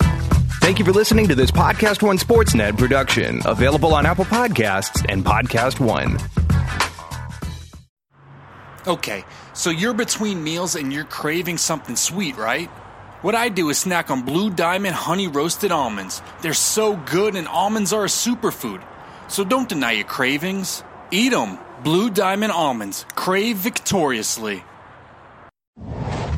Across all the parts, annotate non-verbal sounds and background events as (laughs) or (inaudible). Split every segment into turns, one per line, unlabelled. Thank you for listening to this Podcast One Sportsnet production, available on Apple Podcasts and Podcast One.
Okay, so you're between meals and you're craving something sweet, right? What I do is snack on Blue Diamond Honey Roasted Almonds. They're so good, and almonds are a superfood. So don't deny your cravings. Eat 'em. Blue Diamond Almonds. Crave victoriously.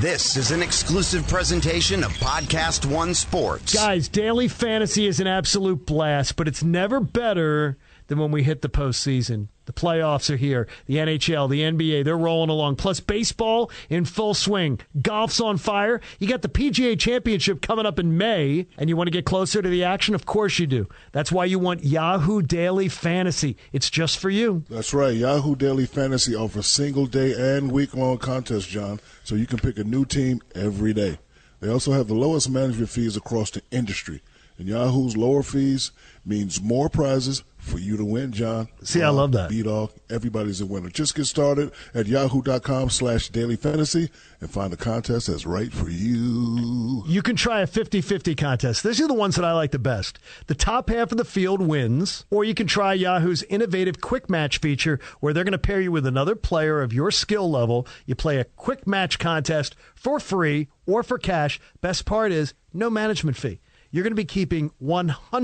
This is an exclusive presentation of Podcast One Sports.
Guys, daily fantasy is an absolute blast, but it's never better than when we hit the postseason. The playoffs are here. The NHL, the NBA, they're rolling along. Plus, baseball in full swing. Golf's on fire. You got the PGA Championship coming up in May, and you want to get closer to the action? Of course you do. That's why you want Yahoo Daily Fantasy. It's just for you.
That's right. Yahoo Daily Fantasy offers single day and week long contests, John, so you can pick a new team every day. They also have the lowest management fees across the industry. And Yahoo's lower fees means more prizes for you to win, John.
See, I love that.
Beat all. Everybody's a winner. Just get started at yahoo.com slash daily fantasy and find a contest that's right for you.
You can try a 50 50 contest. These are the ones that I like the best. The top half of the field wins, or you can try Yahoo's innovative quick match feature where they're going to pair you with another player of your skill level. You play a quick match contest for free or for cash. Best part is no management fee. You're going to be keeping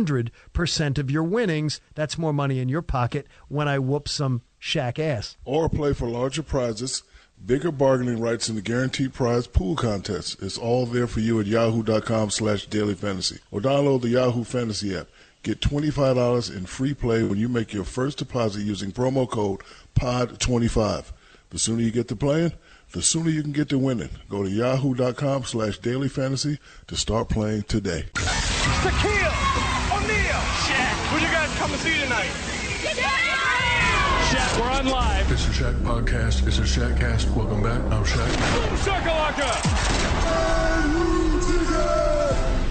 100% of your winnings. That's more money in your pocket when I whoop some shack ass.
Or play for larger prizes, bigger bargaining rights, and the guaranteed prize pool contest. It's all there for you at yahoo.com slash daily fantasy. Or download the Yahoo Fantasy app. Get $25 in free play when you make your first deposit using promo code POD25. The sooner you get to playing, the sooner you can get to winning. Go to yahoo.com slash daily fantasy to start playing today.
Shaquille O'Neal. Shaq, who you guys come to see tonight? Shaq, we're on live.
It's a Shack podcast. It's a Shack cast. Welcome back. I'm Shaq.
Boom shakalaka.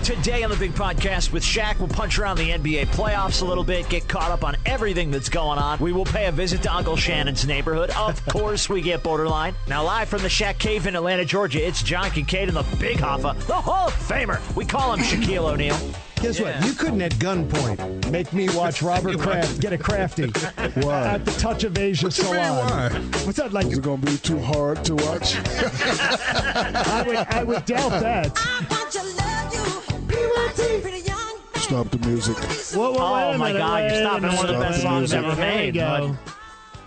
Today on the Big Podcast with Shaq, we'll punch around the NBA playoffs a little bit, get caught up on everything that's going on. We will pay a visit to Uncle Shannon's neighborhood. Of course, we get borderline. Now, live from the Shaq Cave in Atlanta, Georgia, it's John Kincaid and the Big Hoffa, the Hall of Famer. We call him Shaquille O'Neal.
Guess what? You couldn't at gunpoint make me watch (laughs) Robert Kraft get a (laughs) crafty at the Touch of Asia Salon. What's that (laughs) like?
Is it going to be too hard to watch?
I would, I would doubt that.
Stop the music.
(laughs) Whoa, whoa,
Oh,
wait a
my
minute,
God, you're
wait a
stopping one of the
minute.
best songs
There we
ever
made,
go.
bud.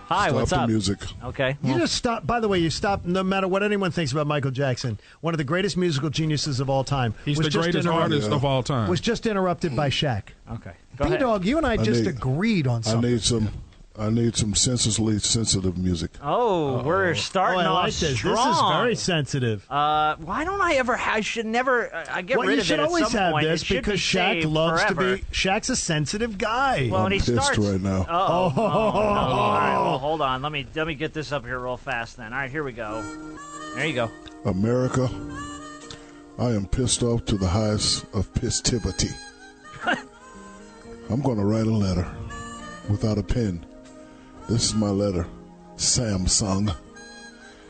Hi,
Stop
what's
the
up?
music.
Okay.
You just stop. By the way, you stop. No matter what anyone thinks about Michael Jackson, one of the greatest musical geniuses of all time.
He's
was
the
just
greatest
interrupt-
artist of all time.
Was just interrupted by Shaq.
Okay. Go
B
ahead.
Dog, you and I just
need-
agreed on
I
something.
need some. I need some senselessly sensitive music.
Oh, we're
oh,
starting
I
off
like this.
strong.
This is very sensitive.
Uh, why don't I ever? ha- I should never. uh, I I get
well,
rid
you
of
should
it at
always
some
have
point. It
this
should be
because Shaq
saved
loves
forever.
to be. Shaq's a sensitive guy.
Well, and he
pissed
starts
right now.
Oh, oh, all right.
(laughs)
Well, hold on. Let me let me get this up here real fast. Then. All right, here we go. There you go.
America, I am pissed off to the highest of pistivity. I'm going to write a letter without a pen. This is my letter, Samsung.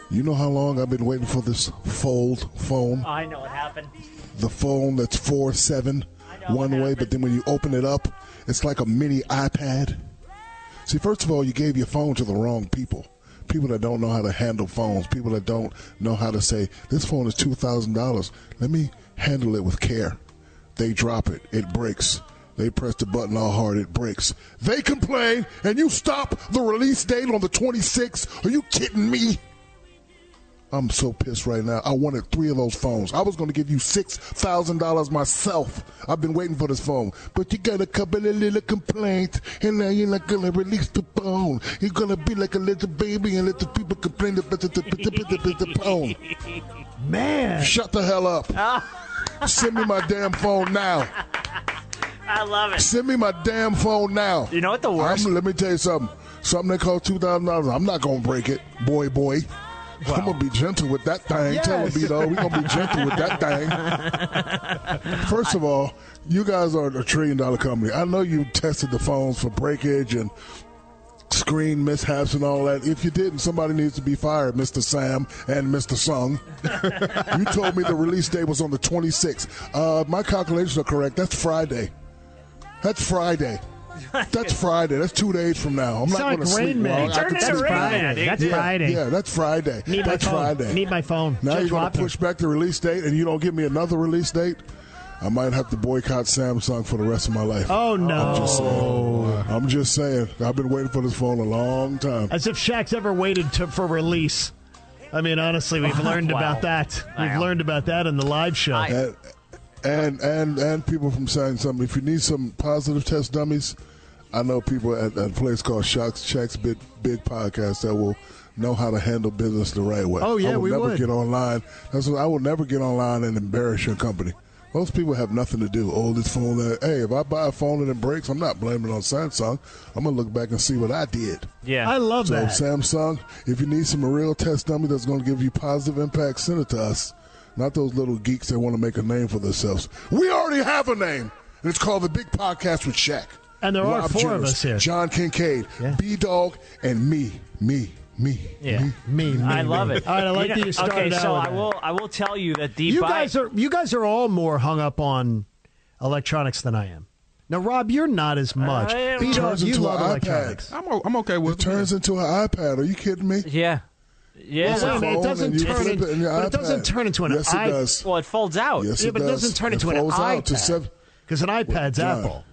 You know how long I've been waiting for this fold phone?
I know what happened.
The phone that's 4 7
know what
one way,
happened.
but then when you open it up, it's like a mini iPad. See, first of all, you gave your phone to the wrong people. People that don't know how to handle phones. People that don't know how to say, this phone is $2,000. Let me handle it with care. They drop it. It breaks. They press the button all hard. It breaks. They complain, and you stop the release date on the 26th. Are you kidding me? I'm so pissed right now. I wanted three of those phones. I was going to give you $6,000 myself. I've been waiting for this phone. But you got a couple of little complaints, and now you're not going to release the phone. You're going to be like a little baby and let the people complain about the, the, the, the, the, the phone.
man.
Shut the hell up. Send me my damn phone now.
(laughs) I love it.
Send me my damn phone now.
You know what the worst?
I'm, let me tell you something. Something that costs two thousand dollars. I'm not gonna break it, boy, boy. I'm gonna be gentle with that thing. Tell him,
Yes.
B dog, we gonna be gentle with that thing.
(laughs)
First of all, you guys are a trillion dollar company. I know you tested the phones for breakage and screen mishaps and all that. If you didn't, somebody needs to be fired, Mr. Sam and Mr. Sung. you told me the release date was on the 26th. Uh, my calculations are correct. That's Friday. That's
(laughs)
Friday. That's Friday. That's two days from now. I'm
It's
not
like
going to sleep
Rain Man.
long. I
Turn
could
it
sleep
to Rain
long.
Man, dude. That's
yeah,
Friday.
Yeah, that's Friday.
Need my
that's
phone.
Friday.
Need my phone.
Now
Judge
you're going to
Wapner.
push back the release date, and you don't give me another release date. I might have to boycott Samsung for the rest of my life.
Oh, no.
I'm just saying. I'm just saying. I've been waiting for this phone a long time.
As if Shaq's ever waited to, for release. I mean,
(laughs)
honestly, we've learned
Wow.
about that. We've
Wow.
learned about that in the live show.
I-
And and and, and people from saying something. If you need some positive test dummies, I know people at, at a place called Shaq's Shaq's Big Big Podcast that will know how to handle business the right way.
Oh, yeah,
I will
we
never
would.
get online. That's what, I will never get online and embarrass your company. Most people have nothing to do. Oh, this phone. That, hey, if I buy a phone and it breaks, I'm not blaming it on Samsung. I'm gonna look back and see what I did.
Yeah.
I love
So
that.
Samsung, if you need some real test dummy that's going to give you positive impact, send it to us. Not those little geeks that want to make a name for themselves. We already have a name, and it's called the Big Podcast with Shaq.
And there are
Rob
four of
Jones,
us here.
John Kincaid,
Yeah.
B Dog, and me, me, me.
Yeah.
me.
me, me,
I
me.
love it.
All right, I like that you started
Okay,
out
so
with
I
that.
will. I will tell you that the
You
buy-
guys are you guys are all more hung up on electronics than I am. Now, Rob, you're not as much.
I am.
But you, don't-
Turns
you
into
love
an iPad.
electronics.
I'm, o- I'm okay with
It turns into an iPad. Are you kidding me?
Yeah. Yeah.
It's a
Wait a minute, it
phone
doesn't
and you
turn
flip
in-
it in your
but it doesn't
iPad.
turn into an
yes,
iPad.
It does.
Well, it folds out.
Yes,
Yeah, but it
does.
doesn't turn into an
folds out to
iPad.
seven-
Because an iPad's
John.
Apple.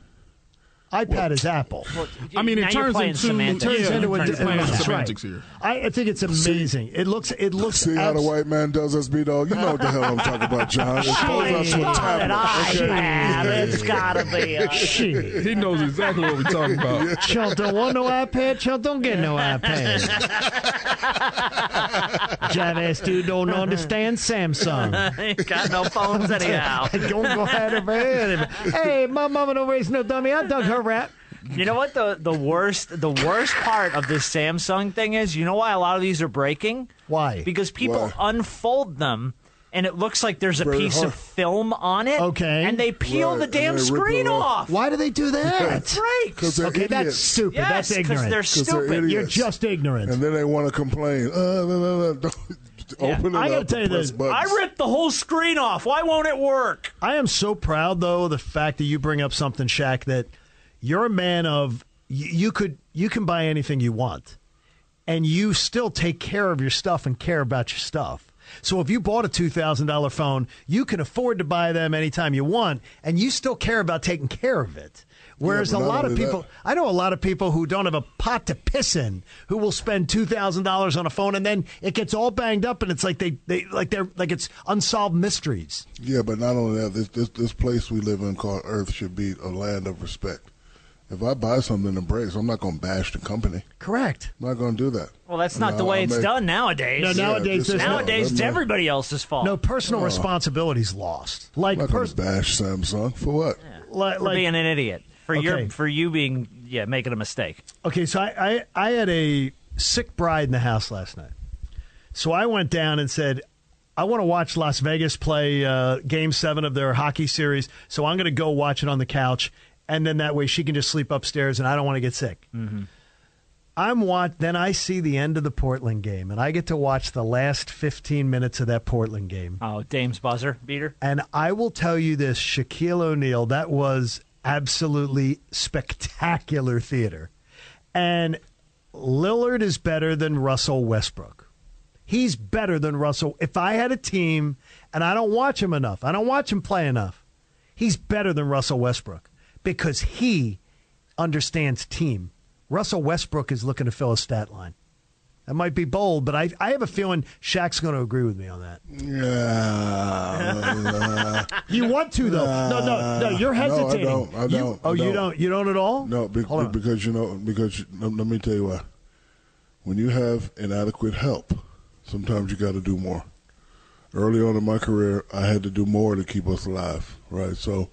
iPad is Apple.
Well,
I mean, it
now you're
turns
playing
into-
It
semantics.
turns into
Yeah,
a
you're playing
that's
semantics
right.
here.
I, I think it's amazing. It looks. It looks.
See how the
abs-
white man does us, B Dog? You know what the hell I'm talking about, John. It folds out to a
It's got an
tablet. okay?
iPad. It's gotta be.
(laughs)
A-
Shit.
He knows exactly what we're talking about.
Chill, don't want no iPad. Chill, don't get no iPad. Javass dude don't understand Samsung.
(laughs)
ain't got no phones anyhow.
(laughs) Don't go ahead and man. Hey, my mama don't raise no dummy. I dug her rap.
You know what the the worst the worst part of this Samsung thing is? You know why a lot of these are breaking?
Why?
Because people
Why?
unfold them and it looks like there's a
Very
piece
hard.
of film on it.
Okay.
And they peel
Right,
the
and they
damn
rip it
screen
off.
off.
Why do they do
(laughs)
that?
Breaks.
Because they're
Okay, that's
idiots.
stupid.
Yes,
that's ignorant.
they're
they're
stupid.
idiots.
You're just ignorant.
And then they want to complain. Uh, no, no, no, (laughs) don't- Open it
I gotta
up
tell you
and press
this.
buttons.
I ripped the whole screen off. Why won't it work?
I am so proud though of the fact that you bring up something, Shaq, that you're a man of you, you could you can buy anything you want, and you still take care of your stuff and care about your stuff. So if you bought a two thousand dollar phone, you can afford to buy them anytime you want, and you still care about taking care of it. Whereas
but
a
not
lot of
only
people,
that-
I know a lot of people who don't have a pot to piss in, who will spend two thousand dollars on a phone, and then it gets all banged up, and it's like they, they like they're like it's unsolved mysteries.
Yeah, but not only that, this, this this place we live in called Earth should be a land of respect. If I buy something that breaks, I'm not going to bash the company.
Correct.
I'm not going to do that.
Well, that's not
No,
the way
I
it's
make-
done nowadays.
No, nowadays
this
there's
is-
no-
nowadays it's
I'm not-
everybody else's fault.
No personal responsibility's lost. Like,
I'm not going
pers-
to bash Samsung for what?
like,
for
like-
being an idiot. For
Okay.
your for you being yeah making a mistake.
okay, so I, I, I had a sick bride in the house last night, so I went down and said, I want to watch Las Vegas play uh, Game Seven of their hockey series, so I'm going to go watch it on the couch, and then that way she can just sleep upstairs, and I don't want to get sick.
Mm-hmm.
I'm watch. Then I see the end of the Portland game, and I get to watch the last 15 minutes of that Portland game.
Oh, Dame's buzzer beater.
And I will tell you this, Shaquille O'Neal, that was absolutely spectacular theater. And Lillard is better than Russell Westbrook. He's better than Russell. If I had a team and I don't watch him enough, I don't watch him play enough, he's better than Russell Westbrook because he understands team. Russell Westbrook is looking to fill a stat line. That might be bold, but I, I have a feeling Shaq's going to agree with me on that.
Yeah. (laughs)
You want to though? No, no, no. You're
Uh, No, I
hesitating.
don't. I
You-
don't. I
oh, you
don't.
don't. You don't at all.
No, be-
Hold on.
because you know, because you- let, let me tell you why. When you have inadequate help, sometimes you got to do more. Early on in my career, I had to do more to keep us alive, right? So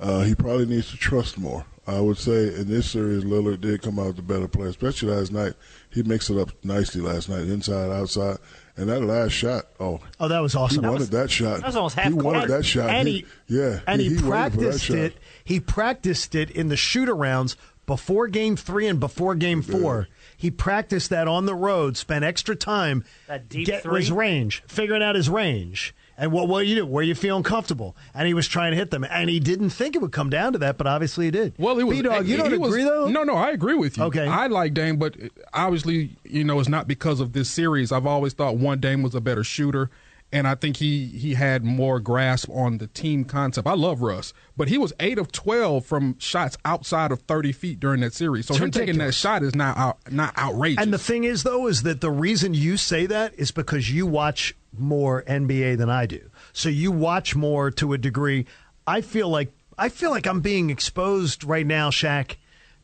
uh, he probably needs to trust more. I would say in this series, Lillard did come out the better player, especially last night. He mixed it up nicely last night, inside, outside, and that last shot. Oh,
oh, that was
he
awesome.
wanted that shot.
that was almost
He
half court.
wanted that shot.
And
He- yeah,
and he,
waited for that
practiced
shot.
it. He practiced it in the shoot arounds before game three and before game four. He practiced that on the road, spent extra time
That deep
get
three?
his range, figuring out his range. And what what you do? Where you feeling comfortable? And he was trying to hit them, and he didn't think it would come down to that, but obviously it did.
Well, it was.
B-Dog, you
he
don't
was-
agree though?
No, no, I agree with you.
Okay.
I like Dame, but obviously, you know, it's not because of this series. I've always thought one Dame was a better shooter, and I think he he had more grasp on the team concept. I love Russ, but he was eight of twelve from shots outside of thirty feet during that series. So
It's
him taking that
ridiculous.
shot is not out, not outrageous.
And the thing is, though, is that the reason you say that is because you watch more NBA than I do. So you watch more to a degree. I feel like I feel like I'm being exposed right now, Shaq,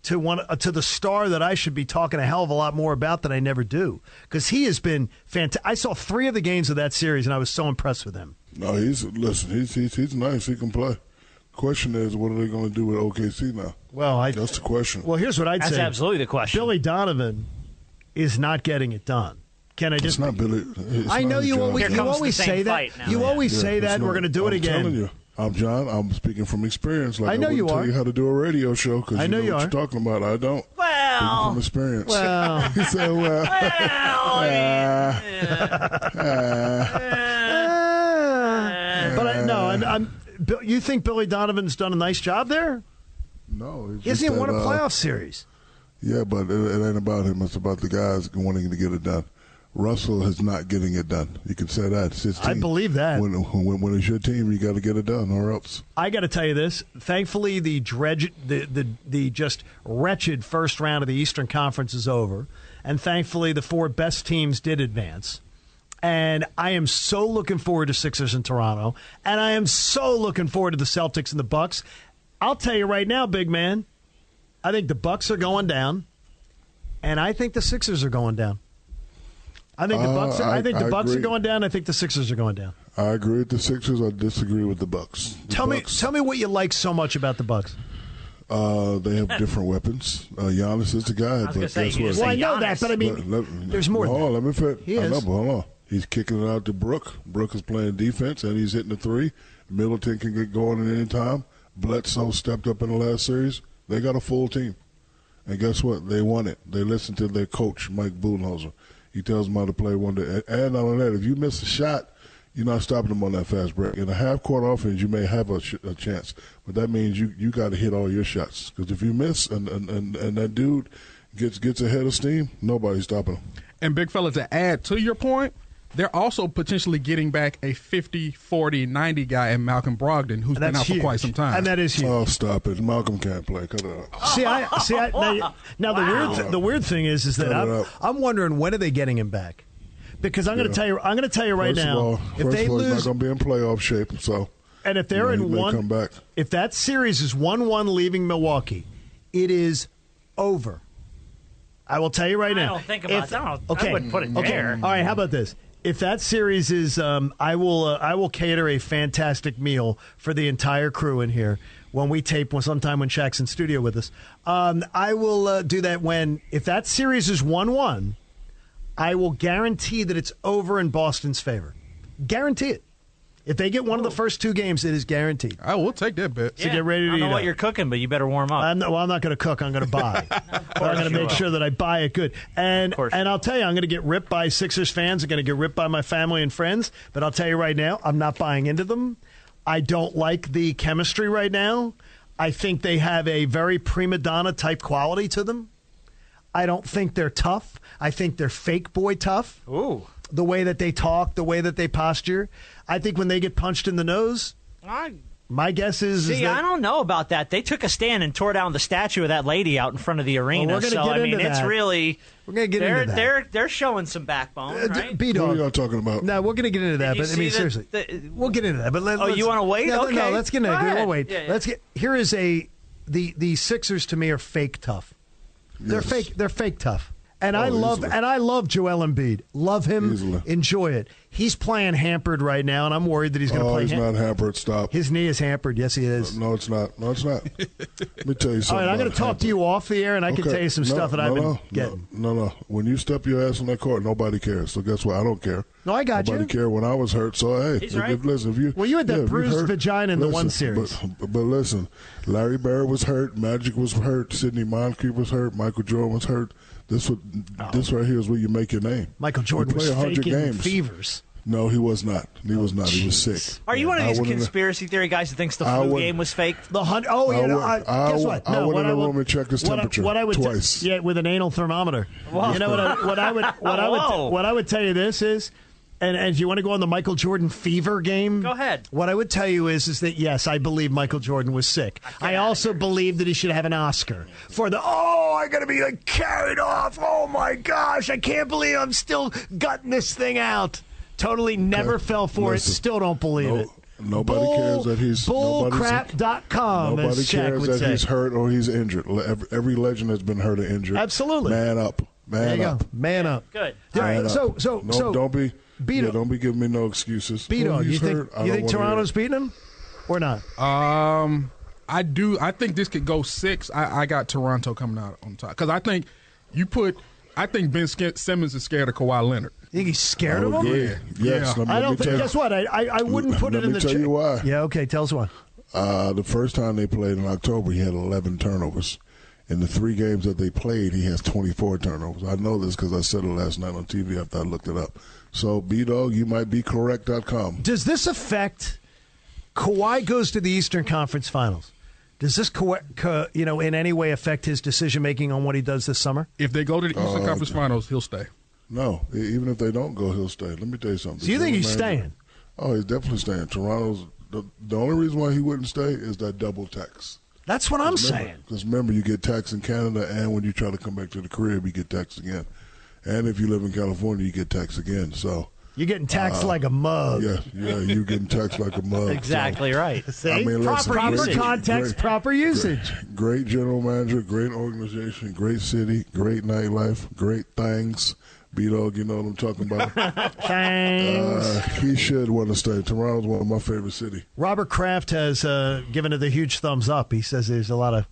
to one uh, to the star that I should be talking a hell of a lot more about that I never do because he has been fantastic. I saw three of the games of that series, and I was so impressed with him.
No, he's listen. He's he's, he's nice. He can play. Question is, what are they going to do with OKC now?
Well, I
That's the question.
well, here's what I'd
That's
say:
absolutely the question.
Billy Donovan is not getting it done. Can I
it's
just
not Billy. it's
I
not
know
his
you
job.
always,
Yeah.
Here
you
comes the
always
same
say that.
fight now.
You
Yeah.
always
Yeah,
say
it's
that. and
not-
We're going to do it
I'm
again.
Telling you, I'm John. I'm speaking from experience. Like
I know
wouldn't
you
tell
are.
you how to do a radio show because
I know
you know
you
what
are.
you're talking about. I don't. Speaking
Well,
from experience.
(laughs)
Well.
(laughs) he said, "Well, (laughs)
well,
Ah. but I, no, and I'm. Bill, you think Billy Donovan's done a nice job there?
no." it's
He hasn't
just
even won a
that, uh,
playoff series.
Yeah, but it, it ain't about him. It's about the guys wanting to get it done. Russell is not getting it done. You can say that. It's his
I
team.
believe that.
When, when, when it's your team, you got to get it done, or else.
I got to tell you this. Thankfully, the dredge, the, the the just wretched first round of the Eastern Conference is over, and thankfully the four best teams did advance. And I am so looking forward to Sixers in Toronto, and I am so looking forward to the Celtics and the Bucks. I'll tell you right now, big man, I think the Bucks are going down, and I think the Sixers are going down. I think the
Uh,
Bucks. Are, I,
I-
think the
I
Bucks are
agree.
going down. I think the Sixers are going down.
I agree with the Sixers. I disagree with the Bucks. The
Tell
Bucks,
me, tell me what you like so much about the Bucks.
Uh, they have different weapons. Uh, Giannis is the guy,
was gonna
but
say,
guess
you
what?
just
Well, I
say
know that,
Giannis.
but I mean,
Let- let-
there's more.
Hold
than
on,
that.
let me fit.
He
I know,
is.
but hold on. He's kicking it out to Brook. Brook is playing defense and he's hitting the three. Middleton can get going at any time. Bledsoe stepped up in the last series. They got a full team. And guess what? They won it. They listened to their coach, Mike Budenholzer. He tells them how to play one day. And not only that, if you miss a shot, you're not stopping them on that fast break. In a half court offense, you may have a, sh- a chance, but that means you, you got to hit all your shots. Because if you miss and, and, and, and that dude gets gets ahead of steam, nobody's stopping him.
And big fella, to add to your point, they're also potentially getting back a 50, 40, 90 guy in Malcolm Brogdon, who's been
That's
out
huge.
for quite some time.
and that is Oh, huge.
Oh, stop it! Malcolm can't play. Cut it out.
see, I see. I, now, now the weird th- the weird thing is, is that
Cut it
I'm,
up.
I'm wondering when are they getting him back? Because I'm going to tell you, I'm going to tell you right
first
now,
of all,
if
first
they
of all, he's
lose,
not going to be in playoff shape. So,
and if they're
you know,
in
he may
one,
come back.
if that series is one one leaving Milwaukee, it is over. I will tell you right
I
now.
don't think about-
if-
I don't- I
okay,
wouldn't put it
okay.
there.
All right, how about this? If that series is, um, I will uh, I will cater a fantastic meal for the entire crew in here when we tape one sometime when Shaq's in studio with us. Um, I will uh, do that when if that series is one one, I will guarantee that it's over in Boston's favor. Guarantee it. If they get one
Oh.
of the first two games, it is guaranteed.
I will take that bet.
So get ready to
I don't know
eat
what
up.
you're cooking, but you better warm up.
I'm not, well, I'm not going to cook. I'm going
(laughs)
to buy. But I'm going
you
to make
will.
sure that I buy it good. And
course
and
you
I'll tell you, I'm going to get ripped by Sixers fans. I'm going to get ripped by my family and friends. But I'll tell you right now, I'm not buying into them. I don't like the chemistry right now. I think they have a very prima donna type quality to them. I don't think they're tough. I think they're fake boy tough.
Ooh.
The way that they talk, the way that they posture. I think when they get punched in the nose,
I,
my guess is, is
see,
that
I don't know about that. They took a stand and tore down the statue of that lady out in front of the arena.
we're gonna
so
get
I mean,
into
it's
that.
really
We're gonna get
they're,
into that.
They're they're showing some backbone,
Uh, d-
right?
B-Dog.
What are y'all talking about?
No, we're going to get into
Did
that.
you
But I
see
mean,
that-
seriously,
the-
we'll get into that. But let,
Oh,
let's-
you wanna wait?
No, no,
Okay.
let's get into
Go
that. We'll
ahead.
wait.
Yeah, yeah.
Let's get. Here is a the the Sixers to me are fake tough. They're
Yes.
fake. They're fake tough. And I
Oh,
love
easily.
and I love Joel Embiid. Love him.
Easily.
Enjoy it. He's playing hampered right now, and I'm worried that he's going to
oh,
play.
he's
ham-
not hampered. Stop.
His knee is hampered. Yes, he is.
no, it's not. No,
(laughs)
it's not. Let me tell you
All
something.
right, I'm going
about
to talk
hampered.
to you off the air, and I can
Okay.
tell you some
No,
stuff that
no,
I've been
no,
getting.
No, no, no. When you step your ass on that court, nobody cares. So guess what? I don't care.
No, I got
nobody
you.
care when I was hurt. So hey,
He's
if-
right.
if- listen, if you
Well, you had that
if you
bruised vagina in the one series.
But, but listen, Larry Bird was hurt. Magic was hurt. Sidney Moncrief was hurt. Michael Jordan was hurt. This would this right here is where you make your name.
Oh. Michael
You
Jordan
play
was
100
faking
games.
fevers.
No, he was not. He was not. He was
jeez.
sick.
Are you one of
I
these
wouldn't-
conspiracy theory guys that thinks the
I
flu
wouldn't-
game was fake?
The hundred. Oh, yeah.
I
no,
would-
I,
I
guess
would-
what?
I
No,
went
what
in the
would-
room and checked his
what I-
temperature
what I would
twice.
yeah, with an anal thermometer. You know what? I, what I would. What I
Whoa.
would. What I would tell you this is. And, and if you want to go on the Michael Jordan fever game,
Go ahead.
What I would tell you is, is that yes, I believe Michael Jordan was sick. I also believe that he should have an Oscar for the oh, I'm gonna be like carried off. Oh my gosh, I can't believe I'm still gutting this thing out. Totally never
Okay.
fell for
Listen.
it. Still don't believe
No-
it.
nobody
Bull-
cares that he's- nobody's-
bullcrap.com. as
Nobody
Shaq
cares
would
that
say.
he's hurt or he's injured. Le- Every, every legend has been hurt or injured.
Absolutely.
Man up. Man
There you
up.
go. Man up.
Good.
All
Man
right.
up.
So so
no,
so
don't be
beat
yeah,
on-
don't be giving me no excuses.
beat
Oh,
on. You
he's
think
hurt. I
you
don't
think
wanna hear
Toronto's
it.
beating him or not?
Um, I do. I think this could go six. I, I got Toronto coming out on top because I think you put. I think Ben Sk- Simmons is scared of Kawhi Leonard.
You think he's scared
I
of
would
him?
agree. Yes.
Yeah.
Oh, let
I
me- let me
don't
tell
think.
you-
Guess what? I I, I wouldn't put
Let
it in
me
the.
tell
cha-
you why.
Yeah. Okay. Tell us why.
Uh, the first time they played in October, he had 11 turnovers. In the three games that they played, he has 24 turnovers. I know this because I said it last night on TV after I looked it up. So, B Dog, you might be correct.com.
Does this affect? Kawhi goes to the Eastern Conference Finals. Does this, Kawhi, Ka- you know, in any way affect his decision making on what he does this summer?
If they go to the
Oh,
Eastern Conference Finals, he'll stay.
No, e- even if they don't go, he'll stay. Let me tell you something.
So you think
General
he's
manager-
staying?
Oh, he's definitely staying. Toronto's the, the only reason why he wouldn't stay is that double tax.
That's what I'm saying.
Because remember, you get taxed in Canada, and when you try to come back to the crib, you get taxed again. And if you live in California, you get taxed again. So,
You're getting taxed like a mug.
Uh, yeah, yeah, you getting taxed like
(laughs)
a mug. so-
Exactly right.
Oh, See?
I mean, listen,
proper,
great-
proper
great-
context,
great-
proper usage.
Great general manager, great organization, great city, great nightlife, great things. B Dog, you know what I'm talking about.
(laughs) Thanks.
Uh, he should want to stay. Toronto's one of my favorite city.
Robert Kraft has uh, given it a huge thumbs up. He says there's a lot of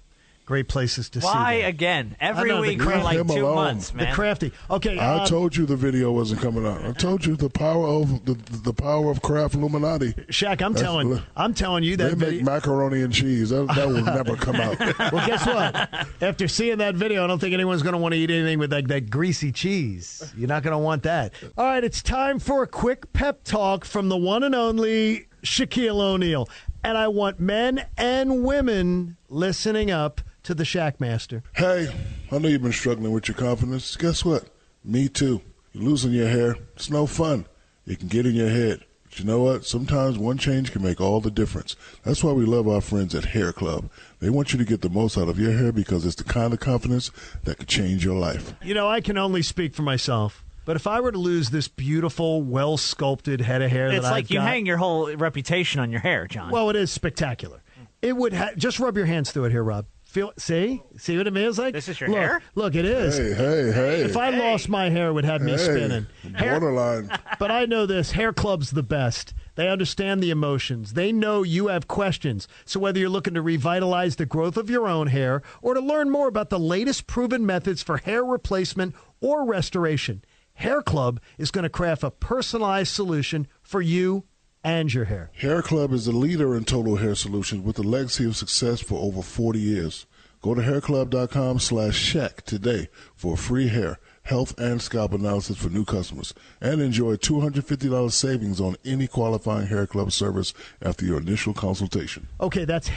great places to
Why
see. that.
again?
I
Every
know, the
week for
crap-
like
Leave him
two
alone.
months,
The
man.
crafty. Okay.
I
uh,
told you the video wasn't coming out. I told you the power of the, the power of craft Illuminati.
Shaq, I'm
That's-
telling,
look,
I'm telling you that
they make
video.
macaroni and cheese. That,
(laughs)
that will never come out.
well, guess what? After seeing that video, I don't think anyone's going to want to eat anything with that, that greasy cheese. You're not going to want that. All right, it's time for a quick pep talk from the one and only Shaquille O'Neal. And I want men and women listening up to the Shack Master.
Hey, I know you've been struggling with your confidence. Guess what? Me too. You're losing your hair. It's no fun. It can get in your head. But you know what? Sometimes one change can make all the difference. That's why we love our friends at Hair Club. They want you to get the most out of your hair because it's the kind of confidence that could change your life.
You know, I can only speak for myself. But if I were to lose this beautiful, well sculpted head of hair
It's
that
like
I've
you
got-
hang your whole reputation on your hair, John.
Well, it is spectacular. It would ha- just rub your hands through it here, Rob. Feel see see what it feels like.
This is your
look,
hair?
Look, it is.
Hey, hey, hey.
If I lost my hair, it would have me
hey,
spinning. Hair-
Borderline.
but I know this hair club's the best. They understand the emotions. They know you have questions. So whether you're looking to revitalize the growth of your own hair or to learn more about the latest proven methods for hair replacement or restoration, Hair Club is going to craft a personalized solution for you and your hair.
Hair Club is the leader in total hair solutions with a legacy of success for over 40 years. Go to hairclub.com slash shack today for free hair, health, and scalp analysis for new customers. And enjoy $250 savings on any qualifying Hair Club service after your initial consultation.
Okay, that's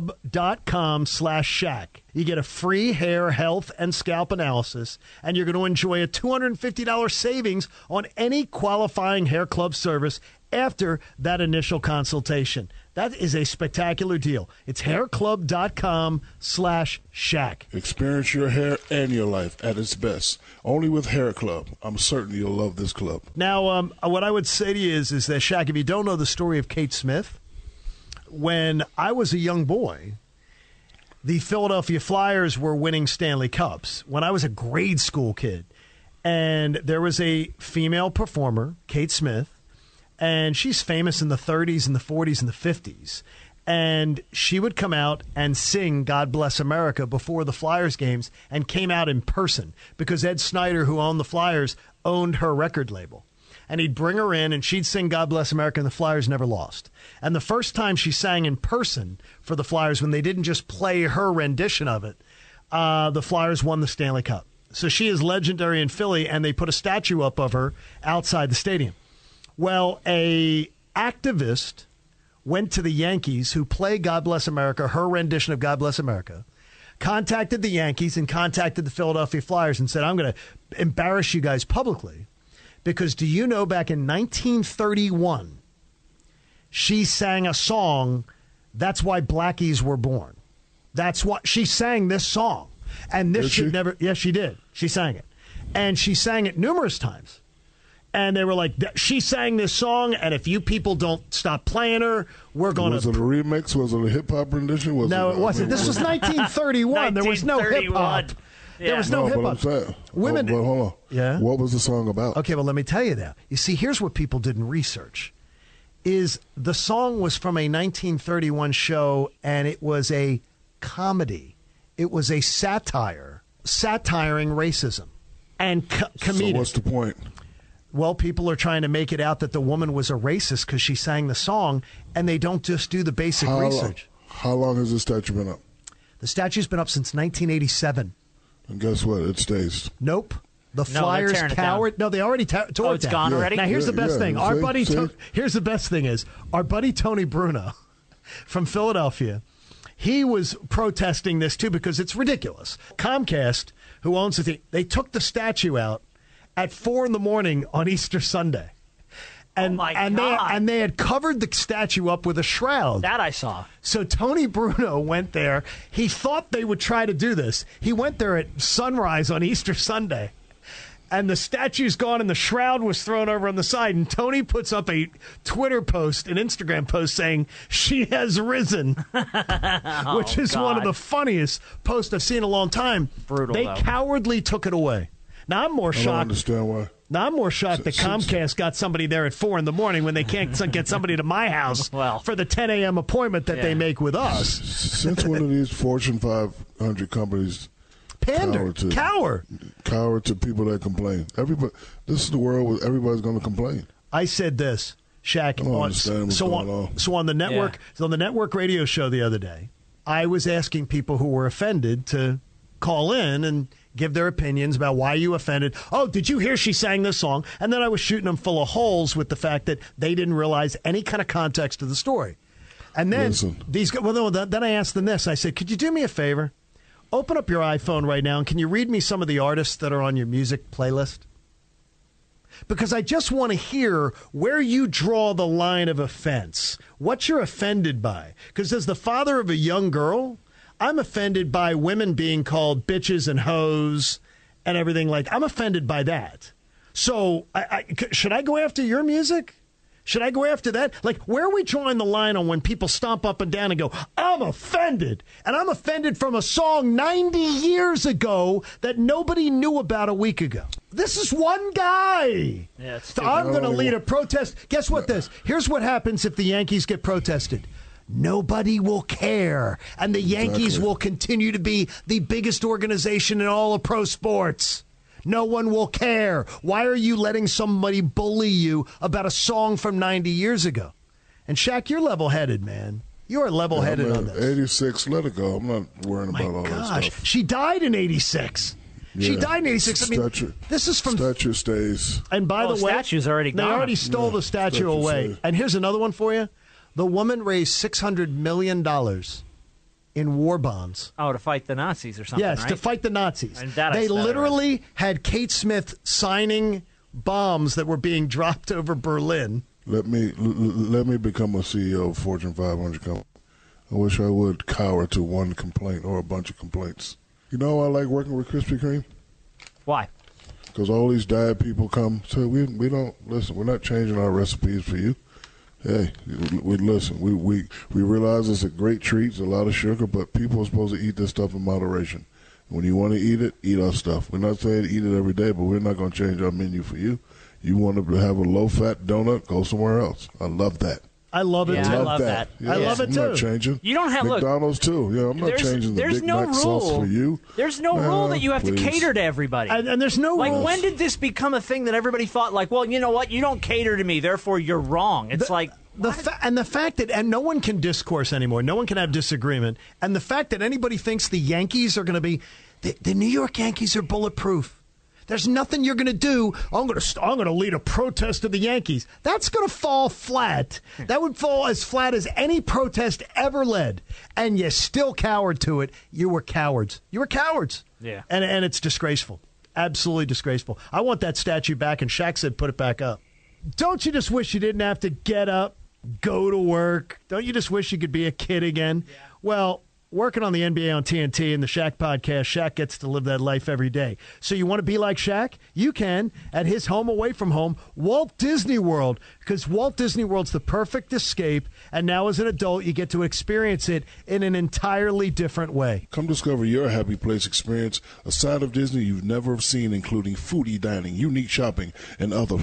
hairclub.com slash shack. You get a free hair, health, and scalp analysis, and you're going to enjoy a $250 savings on any qualifying hair club service after that initial consultation. That is a spectacular deal. It's hairclub.com slash shack.
Experience your hair and your life at its best. Only with Hair Club. I'm certain you'll love this club.
Now, um, what I would say to you is, is that Shaq, if you don't know the story of Kate Smith, when I was a young boy, the Philadelphia Flyers were winning Stanley Cups when I was a grade school kid. and there was a female performer, Kate Smith, and she's famous in the 30s and the 40s and the 50s. And she would come out and sing God Bless America before the Flyers games and came out in person because Ed Snyder, who owned the Flyers, owned her record label. And he'd bring her in and she'd sing God Bless America and the Flyers never lost. And the first time she sang in person for the Flyers, when they didn't just play her rendition of it, uh, the Flyers won the Stanley Cup. So she is legendary in Philly, and they put a statue up of her outside the stadium. Well, a activist went to the Yankees who play God Bless America, her rendition of God Bless America, contacted the Yankees and contacted the Philadelphia Flyers and said, I'm going to embarrass you guys publicly because do you know back in 1931, she sang a song, That's Why Blackies Were Born. That's why she sang this song. And this
Did
should
she?
never, yes, she did. She sang it. And she sang it numerous times and they were like, "Th- she sang this song, and if you people don't stop playing her, we're going
Was
to.
it a remix? Was it a hip hop rendition?
(laughs)
Was
no,
I
it
mean,
wasn't. This
(laughs)
was 1931. there was no hip hop.
1931.
There was no,
but I'm
hip hop.
saying-
Women.
Oh, but hold on.
Yeah?
What was the song about?
Okay, well, let me tell you now. You see, here's what people didn't research: is the song was from a 1931 show, and it was a comedy. It was a satire, satiring racism, and co- comedic.
So what's the point?
well, people are trying to make it out that the woman was a racist because she sang the song, and they don't just do the basic
How, long,
research.
how long has this statue been up?
The statue's been up since 1987.
And guess what? It stays.
Nope. The
they're
Flyers
tearing it down.
cowered. No, they already ta- tore
Oh,
it
it's
down.
gone Yeah. already?
Now here's
Yeah,
the best
yeah.
thing. Our
See?
buddy.
See?
To- here's the best thing is our buddy Tony Bruno (laughs) from Philadelphia. He was protesting this too because it's ridiculous. Comcast, who owns the thing, they took the statue out at four in the morning on Easter Sunday, and
Oh, my
and
God.
they and they had covered the statue up with a shroud.
That I saw.
So Tony Bruno went there. He thought they would try to do this. He went there at sunrise on Easter Sunday. And the statue's gone and the shroud was thrown over on the side. And Tony puts up a Twitter post, an Instagram post saying, She has
(laughs)
risen, which is one of
Oh, God.
the funniest posts I've seen in a long time.
Brutal,
They
though.
cowardly took it away. Now I'm more
I don't
shocked.
understand why.
Now I'm more shocked that Comcast got somebody there at four in the morning when they
(laughs)
can't some- get somebody to my house
Well.
for the 10 a.m. appointment that they
Yeah.
make with us.
Since one of these Fortune 500 companies
Pander,
Cower to-
cower.
cower to people that complain, everybody, this is the world where everybody's going to complain.
I said this, Shaq.
I don't
on-
understand what's
so
going
on,
on.
so on the network,
Yeah.
so on the network radio show the other day, I was asking people who were offended to call in and give their opinions about why you offended. Oh, did you hear she sang this song? And then I was shooting them full of holes with the fact that they didn't realize any kind of context to the story. And then
Listen.
these, gu- well, no, th- then I asked them this. I said, could you do me a favor? Open up your iPhone right now and can you read me some of the artists that are on your music playlist? because I just want to hear where you draw the line of offense, what you're offended by. Because as the father of a young girl, I'm offended by women being called bitches and hoes and everything like. I'm offended by that. So I, I, c- should I go after your music? Should I go after that? Like, where are we drawing the line on when people stomp up and down and go, I'm offended? And I'm offended from a song 90 years ago that nobody knew about a week ago. This is one guy.
Yeah, it's
So I'm going to
No.
lead a protest. Guess what? This here's what happens if the Yankees get protested. Nobody will care, and the Yankees
Exactly.
will continue to be the biggest organization in all of pro sports. No one will care. Why are you letting somebody bully you about a song from 90 years ago? And Shaq, you're level headed, man. You are level headed
I'm
on
at
this.
86, let it go. I'm not worrying
My
about all that
gosh,
stuff.
she died in 86. She
Yeah.
died in 86. I mean,
Statue-
this is from
Statue stays.
and by
Oh,
the
the
way,
statue's already
They
gone.
already stole the statue
statue's
away.
there.
And here's another one for you: the woman raised six hundred million dollars in war bonds.
Oh, to fight the Nazis or something.
Yes, to
right?
fight the Nazis.
And that I
they
said already.
literally had Kate Smith signing bombs that were being (laughs) dropped over Berlin.
Let me l- l- let me become a CEO of Fortune 500 company. I wish I would cower to one complaint or a bunch of complaints. You know, how I like working with Krispy Kreme
Why?
because all these diet people come. So we we don't listen. We're not changing our recipes for you. Hey, we, we listen. We, we we realize it's a great treat. It's a lot of sugar, but people are supposed to eat this stuff in moderation. When you want to eat it, eat our stuff. We're not saying eat it every day, but we're not going to change our menu for you. You want to have a low fat donut, go somewhere else. I love that.
I love it
Yeah,
too.
I love that.
Yeah,
I love it
I'm
too.
not changing.
You don't have- look,
McDonald's too. Yeah, I'm not
there's
changing the
there's
Big
no
Mac
rule.
sauce for you.
There's no
Uh,
rule that you have
please.
to cater to everybody.
And, and there's no
like
rules.
when did this become a thing that everybody thought like, well, you know what? You don't cater to me, therefore you're wrong. It's like
the fa- and the fact that and no one can discourse anymore. No one can have disagreement. And the fact that anybody thinks the Yankees are going to be the, the New York Yankees are bulletproof. There's nothing you're going to do. I'm going to I'm going to lead a protest of the Yankees. That's going to fall flat. That would fall as flat as any protest ever led. And you still cowered to it. You were cowards. You were cowards.
Yeah.
And and it's disgraceful. Absolutely disgraceful. I want that statue back, and Shaq said put it back up. Don't you just wish you didn't have to get up, go to work? Don't you just wish you could be a kid again? Well, working on the NBA on TNT and the Shaq podcast, Shaq gets to live that life every day. So you want to be like Shaq? You can at his home away from home, Walt Disney World, because Walt Disney World's the perfect escape. And now as an adult, you get to experience it in an entirely different way.
Come discover your happy place experience, a side of Disney you've never seen, including foodie dining, unique shopping, and other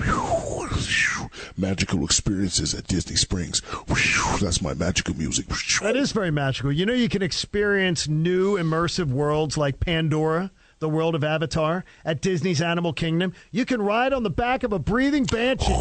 (laughs) magical experiences at Disney Springs. (laughs) That's my magical music. (laughs)
That is very magical. You know, you can experience new immersive worlds like Pandora, the world of Avatar, at Disney's Animal Kingdom. You can ride on the back of a breathing banshee.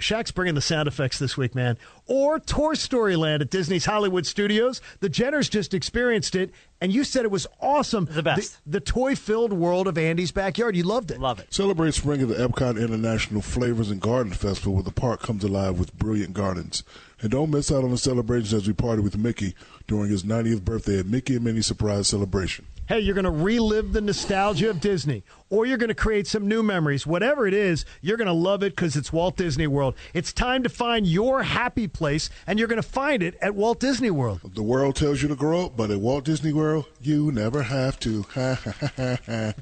Shaq's bringing the sound effects this week, man. Or Toy Story Land at Disney's Hollywood Studios. The Jenners just experienced it, and you said it was awesome.
The best.
The, toy filled world of Andy's backyard. You loved it.
love it.
Celebrate spring at the Epcot International Flavors and Garden Festival where the park comes alive with brilliant gardens. And don't miss out on the celebrations as we party with Mickey during his 90th birthday at Mickey and Minnie Surprise Celebration.
Hey, you're going to relive the nostalgia of Disney, or you're going to create some new memories. Whatever it is, you're going to love it because it's Walt Disney World. It's time to find your happy place, and you're going to find it at Walt Disney World.
The world tells you to grow up, but at Walt Disney World, you never have to. (laughs) Ha ha ha ha ha.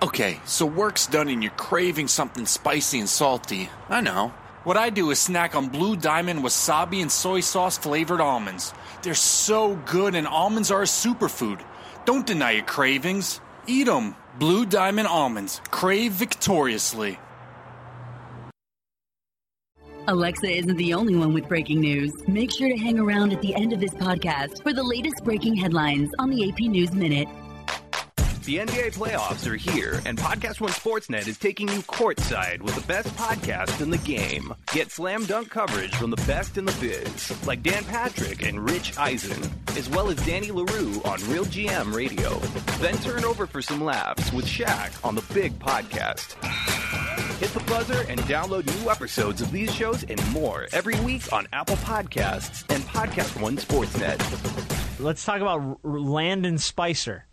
Okay, so work's done and you're craving something spicy and salty. I know. What I do is snack on Blue Diamond wasabi and soy sauce flavored almonds. They're so good and almonds are a superfood. Don't deny your cravings. Eat them. Blue Diamond almonds. Crave victoriously.
Alexa isn't the only one with breaking news. Make sure to hang around at the end of this podcast for the latest breaking headlines on the AP News Minute.
The NBA playoffs are here, and Podcast One Sportsnet is taking you courtside with the best podcasts in the game. Get slam dunk coverage from the best in the biz, like Dan Patrick and Rich Eisen, as well as Danny LaRue on Real GM Radio. Then turn over for some laughs with Shaq on the Big Podcast. Hit the buzzer and download new episodes of these shows and more every week on Apple Podcasts and Podcast One Sportsnet.
Let's talk about R- R- Landon Spicer.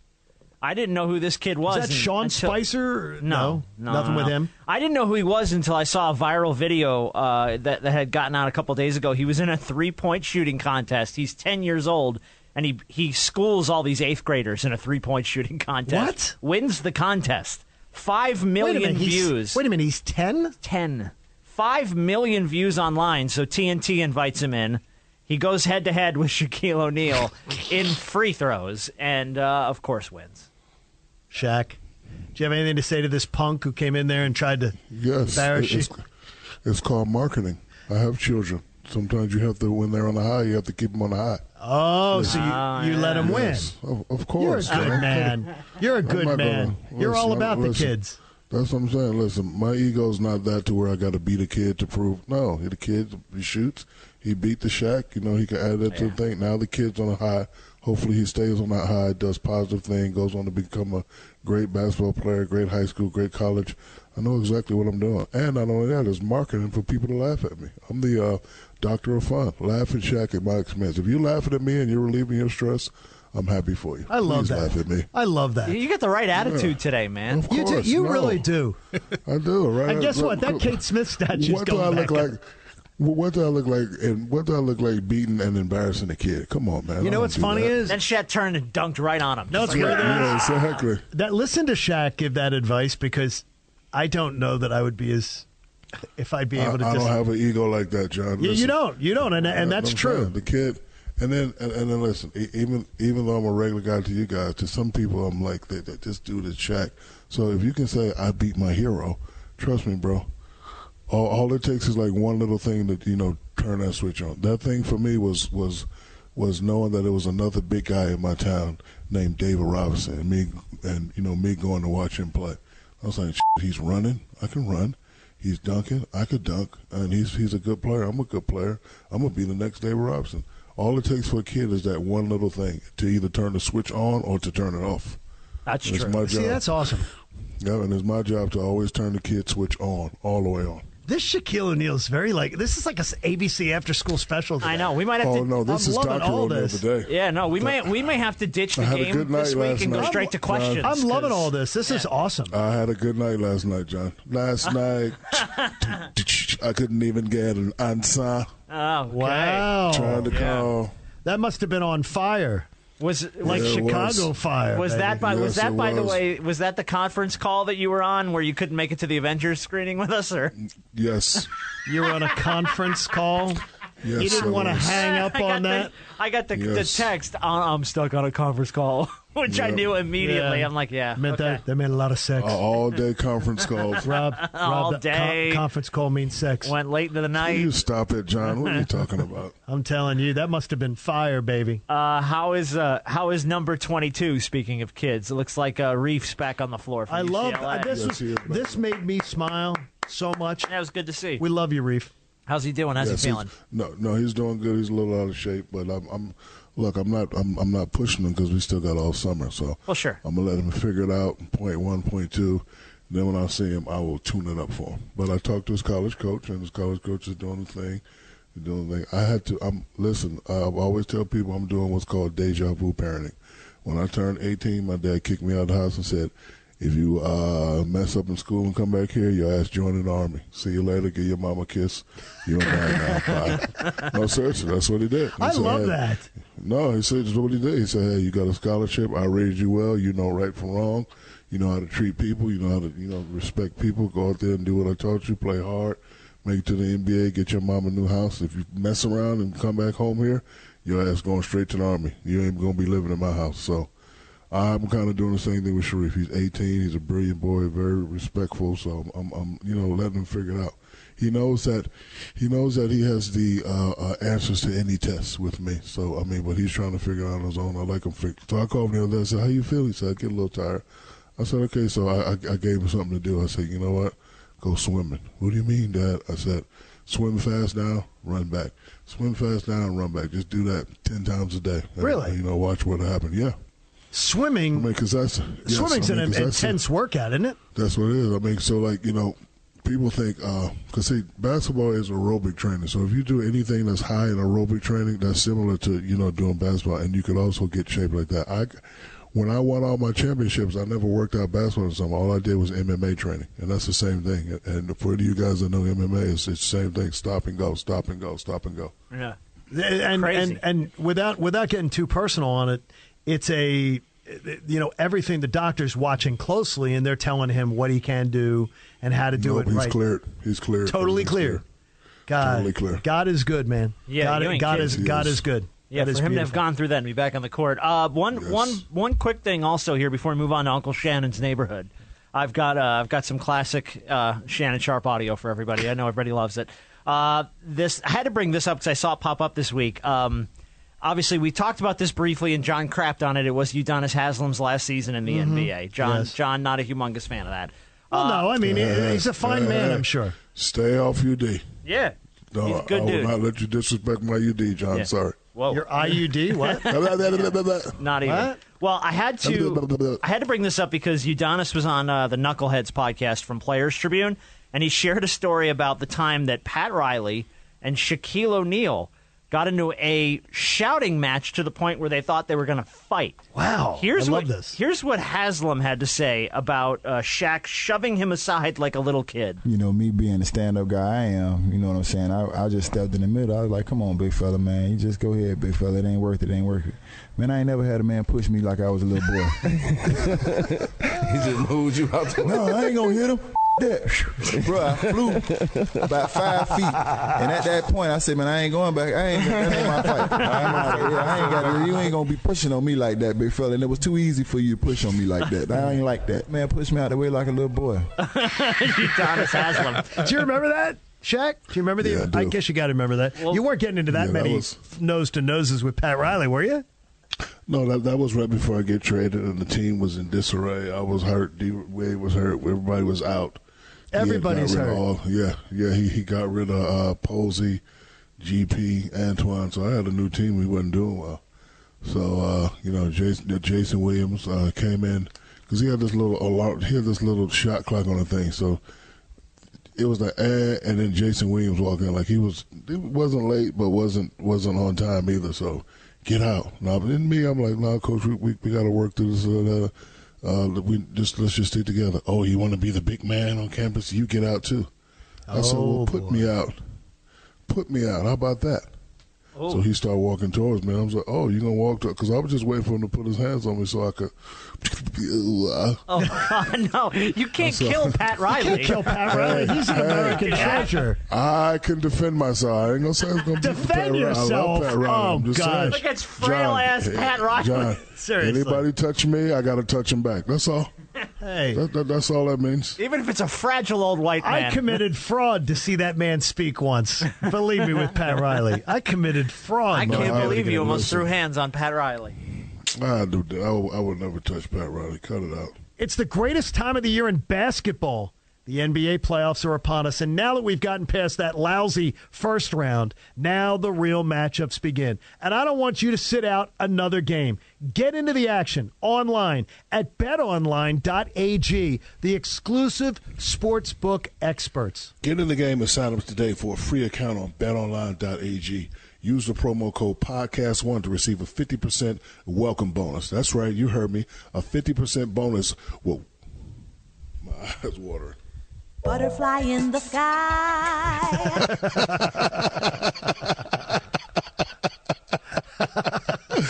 I didn't know who this kid was.
Is that
un-
Sean
until-
Spicer?
No, no,
nothing
no,
with
no.
him.
I didn't know who he was until I saw a viral video uh, that, that had gotten out a couple days ago. He was in a three point shooting contest. He's ten years old, and he he schools all these eighth graders in a three point shooting contest. What wins the contest? Five million
he's-
views.
Wait a minute, he's ten.
10. 5 million views online, so TNT invites him in. He goes head to head with (laughs) Shaquille O'Neal in free throws and, uh, of course, wins.
Shaq, do you have anything to say to this punk who came in there and tried to
Yes.
embarrass you?
It's, it's called marketing. I have children. Sometimes you have to, when they're on the high, you have to keep them on the high.
Oh, so you,
Ah,
you let him win.
Yes, of, of
You're a
course.
good man. You're a
I'm
good
not
man.
gonna-
You're all
listen,
about the
listen.
kids.
That's what I'm saying. Listen, my ego's not that to where I got to beat a kid to prove. No, the kid he shoots, he beat the Shack. You know, he can add that to the thing. Now the kid's on a high. Hopefully, he stays on that high, does positive thing, goes on to become a great basketball player, great high school, great college. I know exactly what I'm doing, and not only that, it's marketing for people to laugh at me. I'm the uh, doctor of fun. Laugh at Shaq at my expense. If you're laughing at me and you're relieving your stress, I'm happy for you.
I love
Please laugh at me.
that. I love that.
You got the right attitude today, man.
Of
You, do,
course,
you
no.
really do.
I do, right?
And guess what? That Kate Smith statue's
What do I
going back
look
up.
like? wh- What do I look like? And what do I look like beating and embarrassing a kid? Come on,
You
man. I
know
don't
what's
do
funny
that.
is
Then Shat turned and dunked right on him.
No, it's
Just like,
weird.
Yeah, exactly.
that listen to Shaq give that advice because I don't know that I would be as if I'd be
I, I
able to
don't
just
have an ego like that, John.
you, you
Listen,
don't you don't and, and
I'm
that's
saying,
true.
The kid, And then and, and then listen, e- even even though I'm a regular guy to you guys, to some people I'm like that, that this dude is Shaq. So if you can say I beat my hero, trust me, bro. All, all it takes is like one little thing to you know turn that switch on. That thing for me was was was knowing that there was another big guy in my town named David Robinson, and me and you know me going to watch him play. I was like, he's running, I can run. He's dunking, I could dunk, and he's he's a good player. I'm a good player. I'm gonna be the next David Robinson. All it takes for a kid is that one little thing to either turn the switch on or to turn it off.
That's
And
true.
It's my job.
See, that's awesome.
Yeah, and it's my job to always turn the kid switch on, all the way on.
This Shaquille O'Neal is very like this is like a s- ABC after school special. Today.
I know. We might have
Oh
to.
no, this
I'm
is
loving
Doctor
all
O'Neill
this.
today.
Yeah, no, we may we may have to ditch
I
the
had a
game
good night
this week
last
and go
night. Uh,
straight to
I'm-
questions.
I'm loving
'cause-
all this. This is awesome.
I had a good night last night, John.
(laughs)
Last night, I couldn't even get an answer.
Oh, okay.
Wow.
trying to
yeah.
call.
That must have been on fire.
Was
Like
like
Yeah, it
Chicago
was.
fire.
was
baby.
that by was
Yes,
that
it
by the
was.
way was that the conference call that you were on where you couldn't make it to the Avengers screening with us or
Yes,
you were on a conference
(laughs)
call?
yes.
(laughs) you
I
didn't want to
was.
hang up
I got
on
the-
that?
I got the,
Yes.
the text. "Uh, I'm stuck on a conference call, (laughs) which I
Yeah.
knew immediately.
Yeah.
I'm like, yeah,
Meant
okay.
that that meant a lot of sex.
A all-day
(laughs)
conference calls.
Rob, Rob,
All
the con-
day.
conference call means sex.
went late into the
you
night.
stop it, John. What are you
(laughs)
talking about?
I'm telling you, that must have been fire, baby.
Uh, how is uh, how is number 22? Speaking of kids, it looks like uh, Reef's back on the floor. For
I love
UCLA.
this.
Yes, he
was,
is, baby.
this made me smile so much.
That was good to see.
We love you, Reef.
How's he doing? How's
Yes,
he
he's-
feeling?
No, no, he's doing good. He's a little out of shape, but I'm, I'm look, I'm not, I'm, I'm not pushing him because we still got all summer. So,
Well, sure.
I'm gonna let him figure it out. Point one, point two. Then when I see him, I will tune it up for him. But I talked to his college coach, and his college coach is doing the thing. He's doing the thing. I had to. I'm listen. I always tell people I'm doing what's called deja vu parenting. When I turned 18, my dad kicked me out of the house and said, "If you uh, mess up in school and come back here, your ass join the army. See you later. Give your mom a kiss. You don't mind now.
(laughs)
Bye." No, seriously, that's what he did. He
I
said,
love
"Hey,
that.
no, he said just what he did. He said, "Hey, you got a scholarship. I raised you well. You know right from wrong. You know how to treat people. You know how to you know respect people. Go out there and do what I taught you. Play hard. Make it to the NBA. Get your mom a new house. If you mess around and come back home here, your ass going straight to the army. You ain't gonna be living in my house." So. I'm kind of doing the same thing with Sharif. He's 18. He's a brilliant boy, very respectful. So I'm, I'm, I'm you know, letting him figure it out. He knows that, he knows that he has the uh, uh, answers to any test with me. So I mean, but he's trying to figure it out on his own. I like him. Fig- so I called him the other day. I said, "How you feel?" He said, "I get a little tired." I said, "Okay." So I, I, I gave him something to do. I said, "You know what? Go swimming." What do you mean, Dad? I said, "Swim fast now, run back. Swim fast now, run back. Just do that ten times a day. And,
Really?
you know, watch what happen. Yeah." I
Swimming.
mean, because that's yes,
swimming's
I mean,
an
'cause that's-
intense workout, isn't it?
That's what it is. I mean, so like you know, people think because see, basketball is aerobic training. So if you do anything that's high in aerobic training, that's similar to you know doing basketball, and you could also get shaped like that. I when I won all my championships, I never worked out basketball or something. All I did was MMA training, and that's the same thing. And for you guys that know MMA, it's, it's the same thing: stop and go, stop and go, stop and go.
Yeah.
and
Crazy.
and and without without getting too personal on it, it's a you know everything the doctor's watching closely and they're telling him what he can do and how to do
Nope,
it
he's
right.
cleared. He's cleared.
Totally
He's
clear. God,
Totally clear.
God is good, man.
Yeah,
God,
you ain't
God
kidding.
is
He
God
is.
is good.
Yeah,
That
for
is
him to have
beautiful.
gone through that and be back on the court. Uh, one,
Yes.
one, one quick thing also here before we move on to Uncle Shannon's neighborhood. I've got, uh, I've got some classic uh, Shannon Sharp audio for everybody. I know everybody loves it. Uh, this I had to bring this up because I saw it pop up this week. Um, obviously, we talked about this briefly, and John crapped on it. It was Udonis Haslam's last season in the NBA. John,
Yes.
John, not a humongous fan of that.
Well, no, I mean he- he's a fine man,
Ah. Uh,
I'm sure.
Stay off UD.
Yeah,
No,
he's a good
I, I
dude.
will not let you disrespect my UD, John.
Yeah.
Sorry. (laughs)
Whoa.
Your
(laughs)
IUD, what?
Blah, blah, blah, blah, blah, blah.
Not even.
What?
Well, I had to. I had to bring this up because Udonis was on uh, the Knuckleheads podcast from Players Tribune, and he shared a story about the time that Pat Riley and Shaquille O'Neal got into a shouting match to the point where they thought they were going to fight.
Wow,
Here's
I love
what,
this.
Here's what Haslam had to say about uh, Shaq shoving him aside like a little kid.
you know, me being the stand up guy I am, you know what I'm saying? I, I just stepped in the middle. I was like, come on, big fella, man. You just go ahead, big fella. It ain't worth it. It ain't worth it. Man, I ain't never had a man push
(laughs)
me like I was a little boy.
He just moved you out the way.
(laughs)
no, I ain't going to hit him.
that, bro, I flew about five feet. And at that point, I said, man, I ain't going back. I ain't, that ain't my
(laughs)
fight. I ain't, my fight. Yeah, I ain't got, you ain't going to be pushing on me like that, big fella. And it was too easy for you to push on me like that. I ain't like that. Man, push me out the way like a little boy.
Udonis Haslam. Do you remember that? Shaq, do you remember the?
Yeah, I do.
I, guess you got to remember that. you weren't getting into that
Yeah, that
many
was-
nose to noses with Pat Riley, were you?
No, that that was right before I get traded, and the team was in disarray. I was hurt. D Wade was hurt. Everybody was out. He had got
Everybody's
rid of
hurt.
all- yeah, yeah. He he got rid of uh, Posey, GP, Antoine. So I had a new team. We wasn't doing well. So uh, you know, Jason uh, Jason Williams uh, came in because he had this little alarm. He had this little shot clock on the thing. So it was like, eh, and then Jason Williams walked in like he was it wasn't late but wasn't wasn't on time either. So get out. Now in me, I'm like, no, coach, we we, we got to work through this. Uh, uh, uh, we just let's just stick together. Oh, you want to be the big man on campus? You get out too. I said,
Oh,
well, put me out. Put me out. How about that?
Oh.
So he started walking towards me. I was like, "Oh, you gonna walk?" Because I was just waiting for him to put his hands on me so I could. (laughs) uh,
Oh (laughs) God, no! You can't
sorry.
kill Pat Riley.
kill Pat Riley. He's an
Hey,
American
hey.
treasure.
I can defend myself. I ain't gonna say it's gonna be Pat
Defend
Riley.
yourself.
I love Pat Riley. I'm
Oh,
just
gosh.
saying.
Look,
it's frail-ass
John,
Pat Riley.
John,
(laughs) Seriously.
Anybody touch me, I gotta touch him back. That's all.
Hey,
That, that, that's all that means.
Even if it's a fragile old white man.
I committed fraud to see that man speak once. Believe me, with Pat Riley, I committed fraud.
I
man.
can't
I was
believe
gonna
you almost
listen.
threw hands on Pat Riley.
I do. that. I, would- I would never touch Pat Riley. Cut it out.
It's the greatest time of the year in basketball. The NBA playoffs are upon us, and now that we've gotten past that lousy first round, now the real matchups begin. And I don't want you to sit out another game. Get into the action online at betonline.ag, the exclusive sportsbook experts.
Get in the game and sign up today for a free account on betonline.ag. Use the promo code podcast1 to receive a 50% welcome bonus. That's right, you heard me. A 50% bonus. Whoa. My (laughs) eyes watering.
Butterfly in the sky.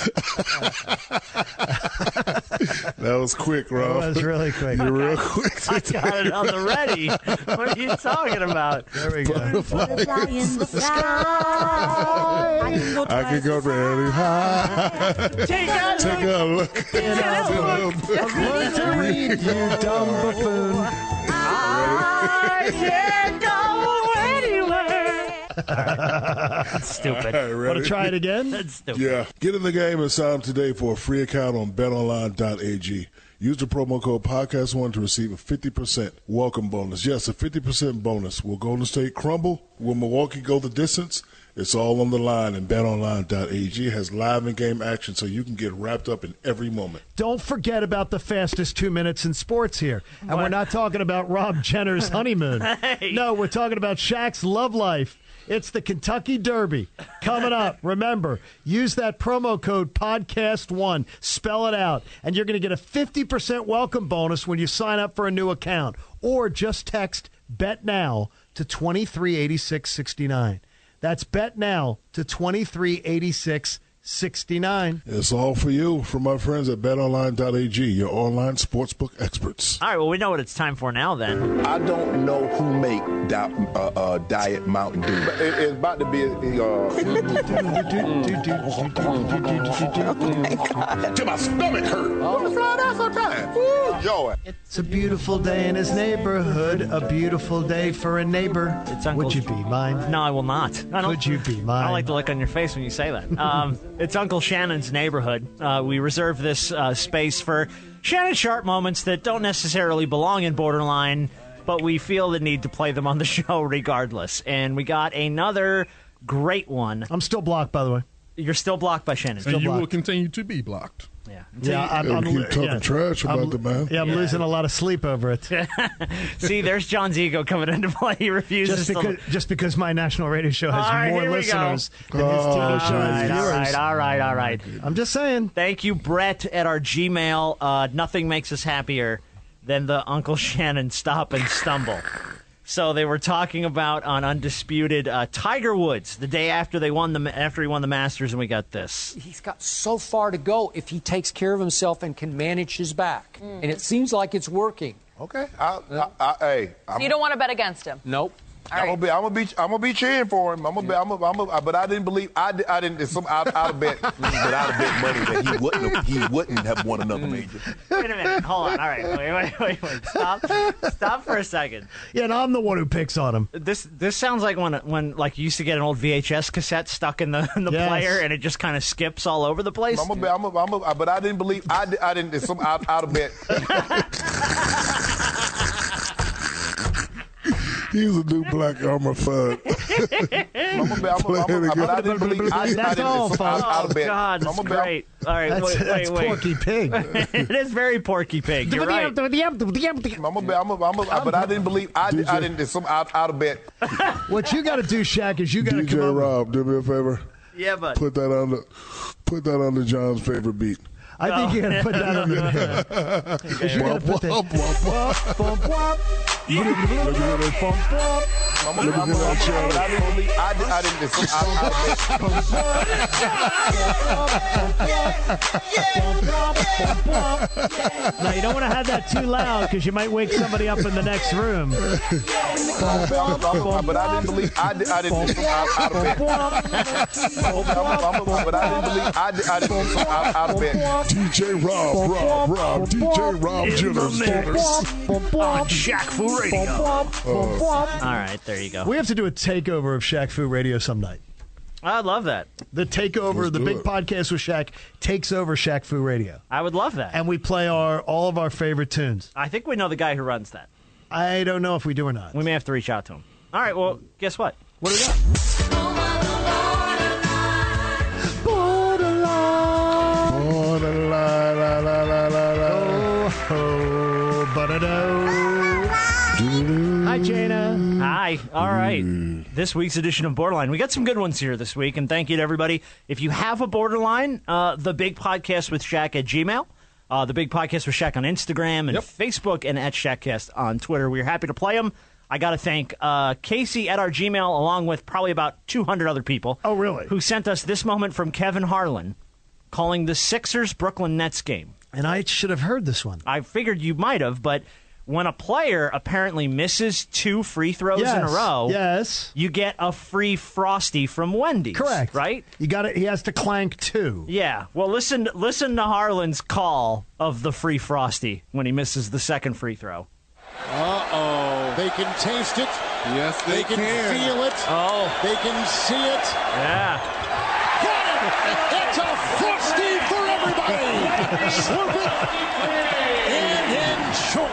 (laughs) That was quick, Rob.
That was really quick.
You're real quick.
I got it (laughs) on the ready. What are you talking about?
There we go.
Butterfly in the sky. I can go
I could go very high.
Take a
Take a look.
(laughs)
Learn to read, you dumb buffoon.
I can go anywhere.
(laughs) Stupid.
All right,
Want
ready?
to try it again?
That's stupid.
Yeah. Get in the game and sign up today for a free account on betonline.ag. Use the promo code podcast1 to receive a 50% welcome bonus. Yes, a 50% bonus. Will Golden State crumble? Will Milwaukee go the distance? It's all on the line, and betonline.ag has live and game action so you can get wrapped up in every moment.
Don't forget about the fastest two minutes in sports here. And we're not talking about Rob Jenner's honeymoon. No, we're talking about Shaq's love life. It's the Kentucky Derby coming up. Remember, use that promo code podcast1, spell it out, and you're going to get a 50% welcome bonus when you sign up for a new account. Or just text bet now to 238669. That's bet now to 238669.
It's all for you from my friends at betonline.ag, your online sportsbook experts.
All right, well, we know what it's time for now then.
I don't know who make di- uh, uh, Diet Mountain Dew. It, it's about to be uh, till my stomach
Oh.
hurt. I was flying out sometimes. Ooh, joy.
It's a beautiful day in his neighborhood, a beautiful day for a neighbor.
It's Uncle
Would you be mine?
No, I will not. I don't,
Could you be
I
mine?
don't like the look on your face when you say that.
(laughs)
Um, it's Uncle Shannon's neighborhood. Uh, we reserve this uh, space for Shannon Sharp moments that don't necessarily belong in Borderline, but we feel the need to play them on the (laughs) show regardless. And we got another great one.
I'm still blocked, by the way.
You're still blocked by Shannon.
and you
blocked.
will continue to be blocked.
yeah.
Yeah, I'm,
Yeah,
I'm
we keep talking
yeah.
trash about
I'm-
the man.
Yeah, I'm losing a lot of sleep over it.
See, there's John's ego coming into play. He refuses
Just because,
to.
just because my national radio show has
All right,
more
here we go.
listeners than his
All
TV show has
right, all
viewers.
right, all right, all right.
I'm just saying.
Thank you, Brett, at our Gmail. Uh, nothing makes us happier than the Uncle (laughs) Shannon stop and stumble. So they were talking about on Undisputed uh, Tiger Woods the day after they won the after he won the Masters, and we got this.
He's got so
Mm.
far to go if he takes care of himself and can manage his back. And it seems like it's working.
Okay. I, I, I, hey.
So you don't want to bet against him.
Nope.
All
I'm gonna be, I'm gonna be, I'm gonna be cheering for him. I'm gonna, be, I'm gonna, I'm gonna but I didn't believe, I, di- I didn't. Some, I, I'd have bet, (laughs) but I'd have bet money that he wouldn't, have, he wouldn't have won another major.
Wait a minute. Hold on. All right. Wait, wait, wait, wait. Stop. Stop for a second.
Yeah, and I'm the one who picks on him.
This this sounds like when when like you used to get an old VHS cassette stuck in the in the
Yes.
player and it just kind of skips all over the place.
I'm gonna, be, I'm gonna, I'm gonna, but I didn't believe, I, di- I didn't. Some, I, I'd have bet.
(laughs) He's a new black
(laughs)
armor fud.
I'm gonna, be- I'm gonna, I'm gonna, but I didn't believe, I, I
That's
didn't.
all,
some,
folks.
I'd have bet. I'm
God, that's
gonna be-
great. All right,
That's-
wait,
that's
wait, wait.
Porky Pig.
it is very Porky Pig. (laughs) You're right.
I'm a, I'm a, I'm a, but I didn't believe I, did, I didn't. Some out, out of bet.
What you got to do, Shaq, is you got to come
DJ
up-
Rob, do me a favor.
Yeah, but
Put that on the, put that on the John's favorite beat.
I think you got to put that on your head. You gotta put that- (laughs)
I'm a, I'm a, but I didn't believe I, did, I didn't. Some out, out of bet.
Now,
you don't want to
have that too loud because you might wake somebody up in the next room.
I'm a, I'm a, I'm a, but I didn't believe I, did, I didn't. Some out, out of bet. I'm a, I'm a, but I didn't believe I, did, I didn't. Some (laughs) out, out of bet.
DJ Rob, Rob, Rob, DJ Rob Ah, Jenners.
On Shaq Fu Radio.
Uh,
All right, there you go.
We have to do a takeover of Shaq Fu Radio some night.
I love that.
The takeover, the big podcast with Shaq takes over Shaq Fu Radio,
I would love that.
and we play our all of our favorite tunes.
I think we know the guy who runs that.
I don't know if we do or not.
We may have to reach out to him. All right, well, guess what?
What do we Oh,
Hi, Jana. Hi. All right. This week's edition of Borderline. We got some good ones here this week, and thank you to everybody. If you have a Borderline, uh, the Big Podcast with Shaq at Gmail, uh, the Big Podcast with Shaq on Instagram and Facebook, and at Shaqcast on Twitter. We're happy to play them. I got to thank uh, Casey at our Gmail, along with probably about 200 other people. Oh, really? Who sent us this moment from Kevin Harlan calling the Sixers Brooklyn Nets game.
And I should have heard this one.
I figured you might have, but when a player apparently misses two free throws in a
Yes,
row,
yes.
you get a free frosty from Wendy's.
Correct.
right?
You got it. He has to clank too.
Yeah. Well, listen, listen to Harlan's call of the free frosty when he misses the second free throw.
Uh oh. They can taste it. Yes, they, can, feel it.
Oh.
They can see it.
Yeah. (laughs)
It's a frosty for
(laughs)
everybody. Slurp it and enjoy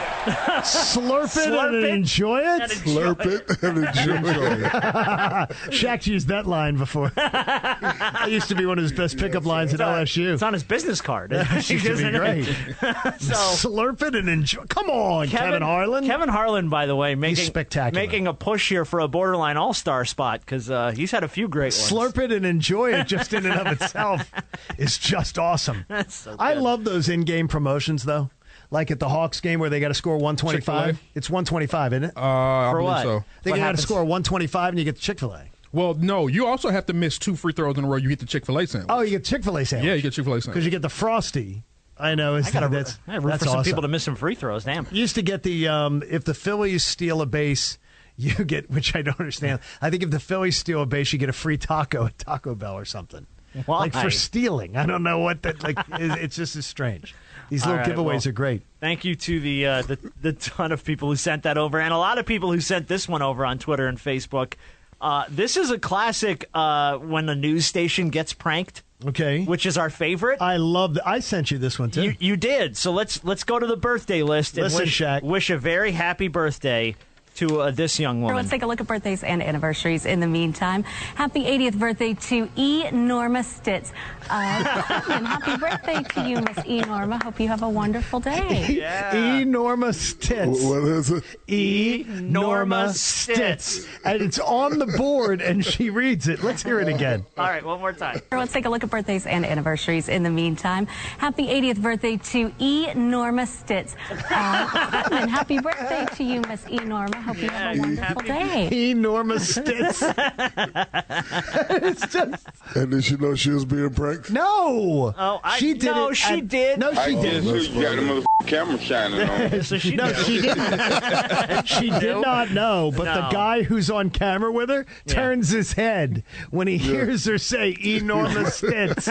it.
Slurp it
Slurp
and
it
enjoy it.
and enjoy Slurp it. it and enjoy
it. Shaq's used that line before. that used to be one of his best pickup lines at LSU. It's
on his business card. (laughs)
That used to be
Isn't it?
great.
(laughs) So-
Slurp it and enjoy. Come on, Kevin, Harlan.
Kevin Harlan, by the way, making
spectacular.
making a push here for a borderline All Star spot because uh, he's had a few great ones.
Slurp it and enjoy it just in and of
(laughs)
itself is just awesome.
That's so
I love those in game promotions, though. Like at the Hawks game where they got to score 125.
Chick-fil-A?
It's 125, isn't it? Uh,
I For believe what? so.
They
What
got to
happens-
score 125 and you get Chick fil A.
Well, no, you also have to miss two free throws in a row. You get the Chick Fil A sandwich.
Oh, you get Chick fil A sandwich.
Yeah, you get Chick Fil A sandwich.
Because you get the Frosty. I know. It's,
I gotta,
that's,
I gotta root
that's
for some
awesome.
people to miss some free throws. Damn.
You used to get the um, if the Phillies steal a base, (laughs) you get which I don't understand. I think if the Phillies steal a base, you get a free taco at Taco Bell or something.
Why?
Like for stealing, I don't know what that like. (laughs) it- it's just as strange. These
All
little
right,
giveaways
well,
are great.
Thank you to the, uh, the the ton of people who sent that over, and a lot of people who sent this one over on Twitter and Facebook. Uh, this is a classic uh, when a news station gets pranked.
Okay,
which is our favorite.
I love. that I sent you this one too. (laughs)
You, you did. So let's let's go to the birthday list and
Listen,
wish, wish a very happy birthday to uh, this young woman.
Let's take a look at birthdays and anniversaries in the meantime. Happy 80th birthday to E. Norma Stitz. Uh, (laughs) Chapman, happy birthday to you, Miss E. Norma. Hope you have a wonderful day.
E-, Enormous tits. What
is it?
E Norma Stitz. And it's on the board and she reads it. Let's hear it
(laughs)
again.
All right, one more time.
(laughs) Let's take a look at birthdays and anniversaries in the meantime. Happy 80th (laughs) birthday to E. Norma Stitz. Uh, Chapman, happy birthday to you, Miss E. Norma.
hope you have a wonderful day.
Enormous
(laughs)
stits. (laughs) it's just
And did she know she was being pranked?
No.
Oh,
I- She did no, it she at- did. no,
she
I
didn't.
Did too. You got the motherfucking camera shining on.
So she
no,
knows.
she didn't. (laughs) she did not know, but the
No.
guy who's on camera with her
Yeah.
turns his head when he hears her say enormous tits.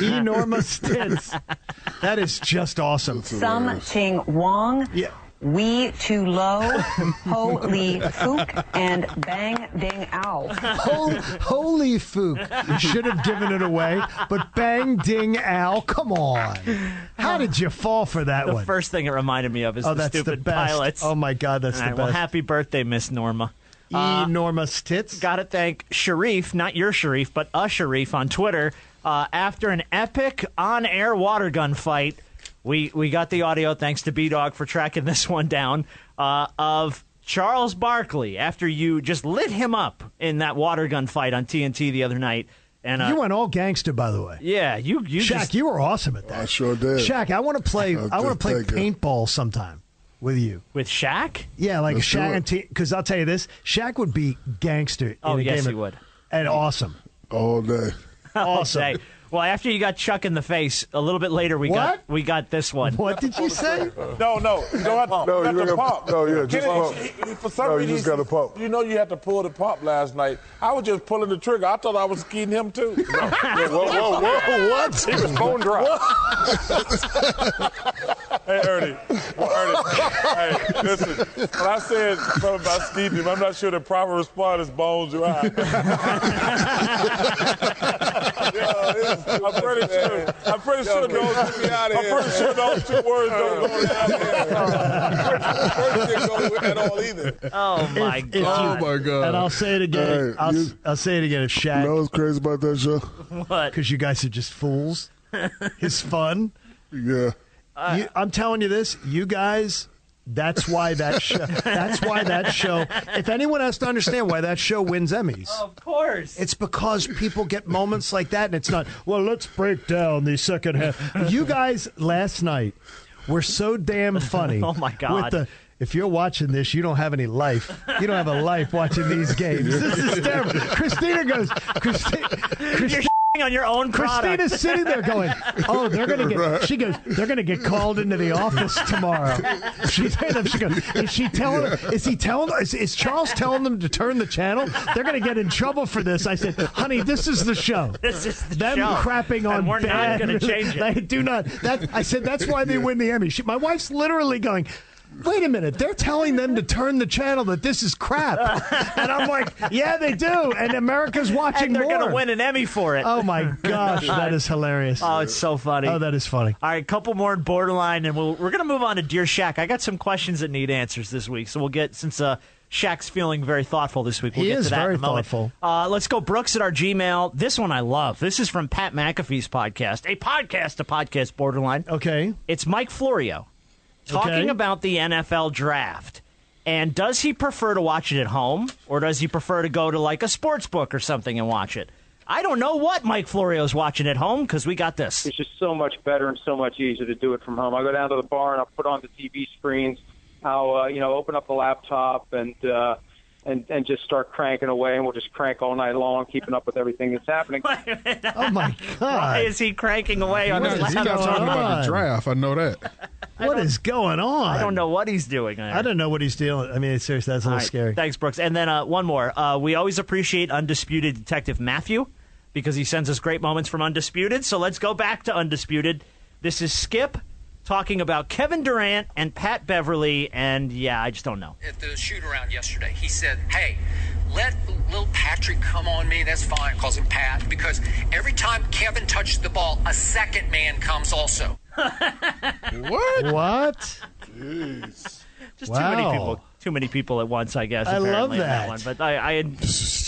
enormous tits. That is just awesome.
Sum Ching Wong. We too low, holy fook, and bang ding ow.
Hol- holy fook. Should have given it away, but bang, ding, ow. Come on. How did you fall for that
the
one?
first thing it reminded me of is
Oh,
the
that's the
stupid
best.
pilots.
Oh, my God, that's
All
the
right, Well, uh,
best.
happy birthday, Miss Norma.
Enormous tits.
Got to thank Sharif, not your Sharif, but a Sharif on Twitter. Uh, after an epic on-air water gun fight, we we got the audio. Thanks to B Dog for tracking (laughs) this one down. Uh, of Charles Barkley after you just lit him up in that water gun fight on TNT the other night. And uh,
you went all gangster, by the way.
yeah, you you
Shaq,
just
you were awesome at that.
I sure did.
Shaq, I want to play.
Oh,
I want to
good,
play
thank you.
paintball sometime with you.
with Shaq.
Yeah, like
Let's do
Shaq
it.
and T. Because I'll tell you this, Shaq would be gangster.
Oh,
in a
yes,
game
he
of-
would. (laughs)
And awesome.
All day.
Awesome.
Say. Well, after you got Chuck in the face, a little bit later we
What?
got we got this one.
What did you say?
No, no, you don't have to,
No,
you
you
have to
don't have-
pump.
no, yeah,
Get
just
it-
pump.
he- he- For some
No, you
reason,
just gotta pump.
You know, you had to pull the pump last night. I was just pulling the trigger. I thought I was skiing him too.
Whoa, whoa, whoa, what? He was phone drop.
Hey, Ernie. Well, Ernie. hey, listen. When I said something about Stevie, I'm not sure the proper response is bone (laughs) dry. yeah, it's- I'm pretty sure. I'm pretty sure those.
outta
I'm
here,
pretty sure those two words don't go
(laughs)
Oh (laughs)
(laughs)
my
If
god!
you-
Oh, my God.
And I'll say it again.
Hey,
I'll,
you-
I'll say it again. If
You know
Shaq,
what's crazy about that show?
What?
because you guys are just fools. His fun.
Yeah.
you, I'm telling you this, you guys. That's why that show. (laughs) That's why that show. If anyone has to understand why that show wins Emmys,
Of course.
It's because people get moments like that, and it's not, well, let's break down the second half. You guys last night were so
(laughs)
damn funny.
Oh, my
With
God.
the, if you're watching this, you don't have any life. You don't have a life watching
(laughs)
these games. This is terrible. Christina goes, Christina,
You're
Christi-
shitting on your own product.
Christina's sitting there going, "Oh, they're gonna get." She goes, "They're gonna get called into the office tomorrow." She's saying that she goes, "Is she telling? Is he telling? Is, is Charles telling them to turn the channel? They're gonna get in trouble for this." I said, "Honey, this is the show.
(laughs) This is the
them
show, and
crapping on
we're not
bad-
gonna
(laughs)
change it.
They do not. That I said. That's why they win the Emmy. She, my wife's literally going. Wait a minute, they're telling them to turn the channel that this is crap. And I'm like, yeah, they do. And America's watching
and they're
more.
gonna win an Emmy for it.
Oh my gosh, that is hilarious.
Oh, it's so funny.
Oh, that is funny.
All right, couple more in borderline, and we'll, we're going to move on to Dear Shaq. I got some questions that need answers this week, so we'll get since uh, Shaq's feeling very thoughtful this week. We'll
He
get
is
to that
very
in a moment.
thoughtful.
Uh, let's go Brooks at our Gmail. This one I love. This is from Pat McAfee's podcast, a podcast to podcast borderline.
Okay.
It's Mike Florio talking
Okay.
about the NFL draft. And does he prefer to watch it at home or does he prefer to go to like a sports book or something and watch it? I don't know what Mike Florio's watching at home because we got this.
It's just so much better and so much easier to do it from home. I go down to the bar and I'll put on the TV screens. I'll uh, you know open up the laptop and uh, and and just start cranking away, and we'll just crank all night long, keeping up with everything that's happening.
Oh my
(laughs) Why
god.
is he cranking away on
He's
his
not, he's not
laptop?
talking about
on?
the draft. I know that.
What is going on?
I don't know what he's doing. there.
I don't know what he's dealing. I mean, seriously, that's a
All
little
right.
scary.
Thanks, Brooks. And then uh, one more. Uh, we always appreciate Undisputed Detective Matthew because he sends us great moments from Undisputed. So let's go back to Undisputed. This is Skip talking about Kevin Durant and Pat Beverly. And yeah, I just don't know.
at the shoot around yesterday. He said, Hey, let little Patrick come on me. That's fine. Calls him Pat because every time Kevin touches the ball, a second man comes also.
What?
What?
Just too many
Wow.
people. Too many people at once, I guess.
I love
apparently, in
that.
one. But I, I,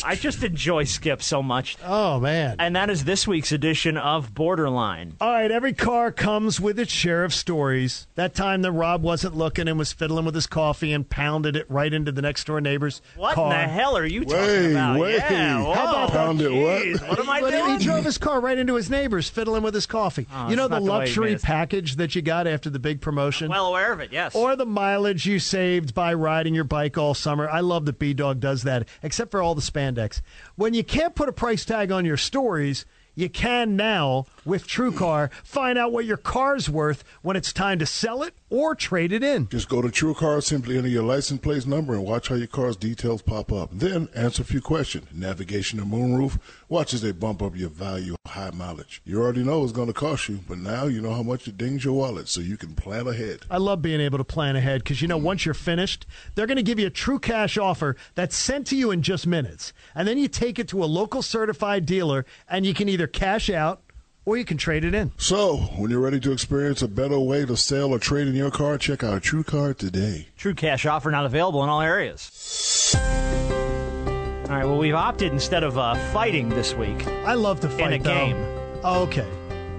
I just enjoy Skip so much.
Oh man.
And that is this week's edition of Borderline.
All right, every car comes with its share of stories. That time that Rob wasn't looking and was fiddling with his coffee and pounded it right into the next door neighbor's
What
car.
in the hell are you talking
Wait,
about?
wait.
Yeah, whoa,
How about that? Found it, what?
Jeez, What am I
But he
doing?
drove his car right into his neighbor's, fiddling with his coffee.
Oh,
you know
it's
the
not the way he
luxury
missed.
package that you got after the big promotion?
Well aware of it, yes.
or the mileage you saved by riding riding your bike all summer. I love that B Dog does that, except for all the spandex. When you can't put a price tag on your stories, you can now with TrueCar find out what your car's worth when it's time to sell it or trade it in.
Just go to TrueCar, simply enter your license plate number, and watch how your car's details pop up. Then answer a few questions: navigation and moonroof. Watch as they bump up your value, high mileage. You already know it's going to cost you, but now you know how much it dings your wallet, so you can plan ahead.
I love being able to plan ahead because you know once you're finished, they're going to give you a true cash offer that's sent to you in just minutes, and then you take it to a local certified dealer, and you can either cash out or you can trade it in.
So, when you're ready to experience a better way to sell or trade in your car, check out True Car today.
True cash offer not available in all areas. All right, well, we've opted instead of uh, fighting this week.
I love to fight
in a
though.
game.
Oh, okay.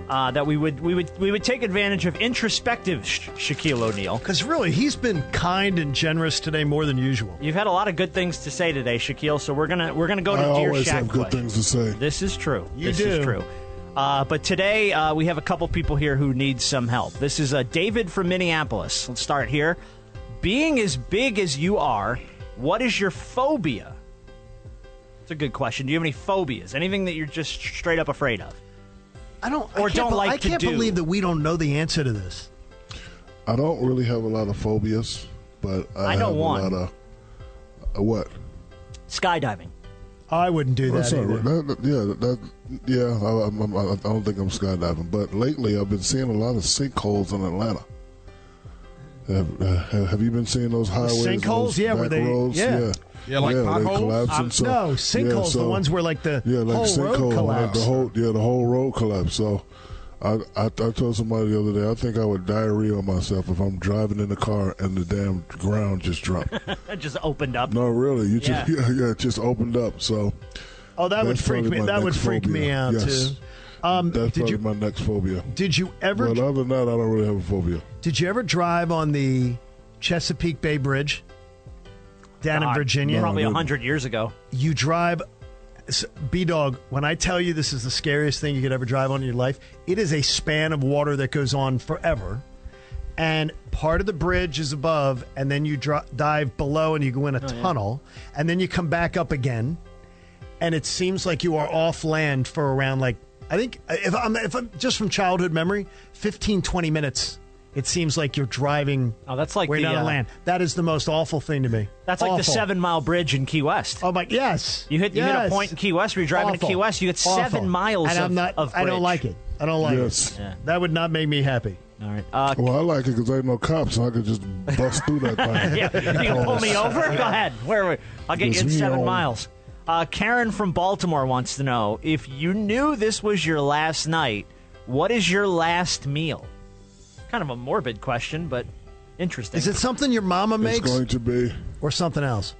Uh, that we would we would we would take advantage of introspective Sh- Shaquille O'Neal
because really he's been kind and generous today more than usual.
You've had a lot of good things to say today, Shaquille. So we're gonna we're gonna go to
I
Dear
always
Shaq
have good
play.
things to say.
This is true.
You
this
do.
is true. Uh, but today uh, we have a couple people here who need some help. This is uh, David from Minneapolis. Let's start here. Being as big as you are, what is your phobia? It's a good question. Do you have any phobias? Anything that you're just straight up afraid of?
I don't.
Or
I can't
don't
be-
like
I
to
can't
do.
believe that we don't know the answer to this.
I don't really have a lot of phobias, but I,
I know
have
one.
a lot of uh, what?
Skydiving.
I wouldn't do
That's
that.
not-
Either.
that- that- yeah, that, yeah. I, I'm- I'm- I don't think I'm skydiving, but lately I've been seeing a lot of sinkholes in Atlanta. Have, uh, have have you been seeing those highways? and
sinkholes?
those
Yeah, where
back
they-
roads?
yeah.
yeah,
Yeah, like
they
potholes?
collapse
Um,
and stuff.
no,
Yeah,
sinkholes, the
so-
ones where, like, the
yeah, like
whole road
sinkhole, like the
collapsed.
whole yeah, the whole road collapse. So. I, I, I told somebody the other day I think I would diarrhea on myself if I'm driving in the car and the damn ground just dropped. (laughs)
It just opened up.
no, really, you just
Yeah.
(laughs) yeah, it just opened up. So
Oh, that would
that's
freak
probably
me.
my
That would
next
freak me
phobia.
out
Yes.
too. Um,
That's
did
probably
you
my next phobia.
did you ever
But other than that, I don't really have a phobia.
did you ever drive on the Chesapeake Bay Bridge down in
God,
Virginia?
Probably a hundred years ago.
You drive. B dog, when I tell you this is the scariest thing you could ever drive on in your life, it is a span of water that goes on forever, and part of the bridge is above, and then you dri dive below and you go in a
Oh, yeah.
tunnel, and then you come back up again, and it seems like you are off land for around like I think uh, if I'm if I'm just from childhood memory, 15 20 minutes. It seems like you're driving.
Oh, that's like
way
the,
down
uh,
on land. That is the most awful thing to me.
That's like the
Awful.
Seven Mile Bridge in Key West.
Oh my! Yes,
You hit you hit a
Yes.
point in Key West where you're driving
Awful.
to Key West. You get
Awful.
seven miles
and
of,
I'm not,
of
I don't
bridge.
like it. I don't like
Yes.
it. That would not make me happy.
All right. Uh,
Well, I like it because ain't no cops, so I could just bust through
(laughs)
that thing.
yeah, you can pull me over. Go ahead. Where are we? I'll get you
It's
in
me
seven
on.
miles. Uh, Karen from Baltimore wants to know if you knew this was your last night. What is your last meal? Kind of a morbid question, but interesting.
Is it something your mama
It's
makes
going to be
or something else?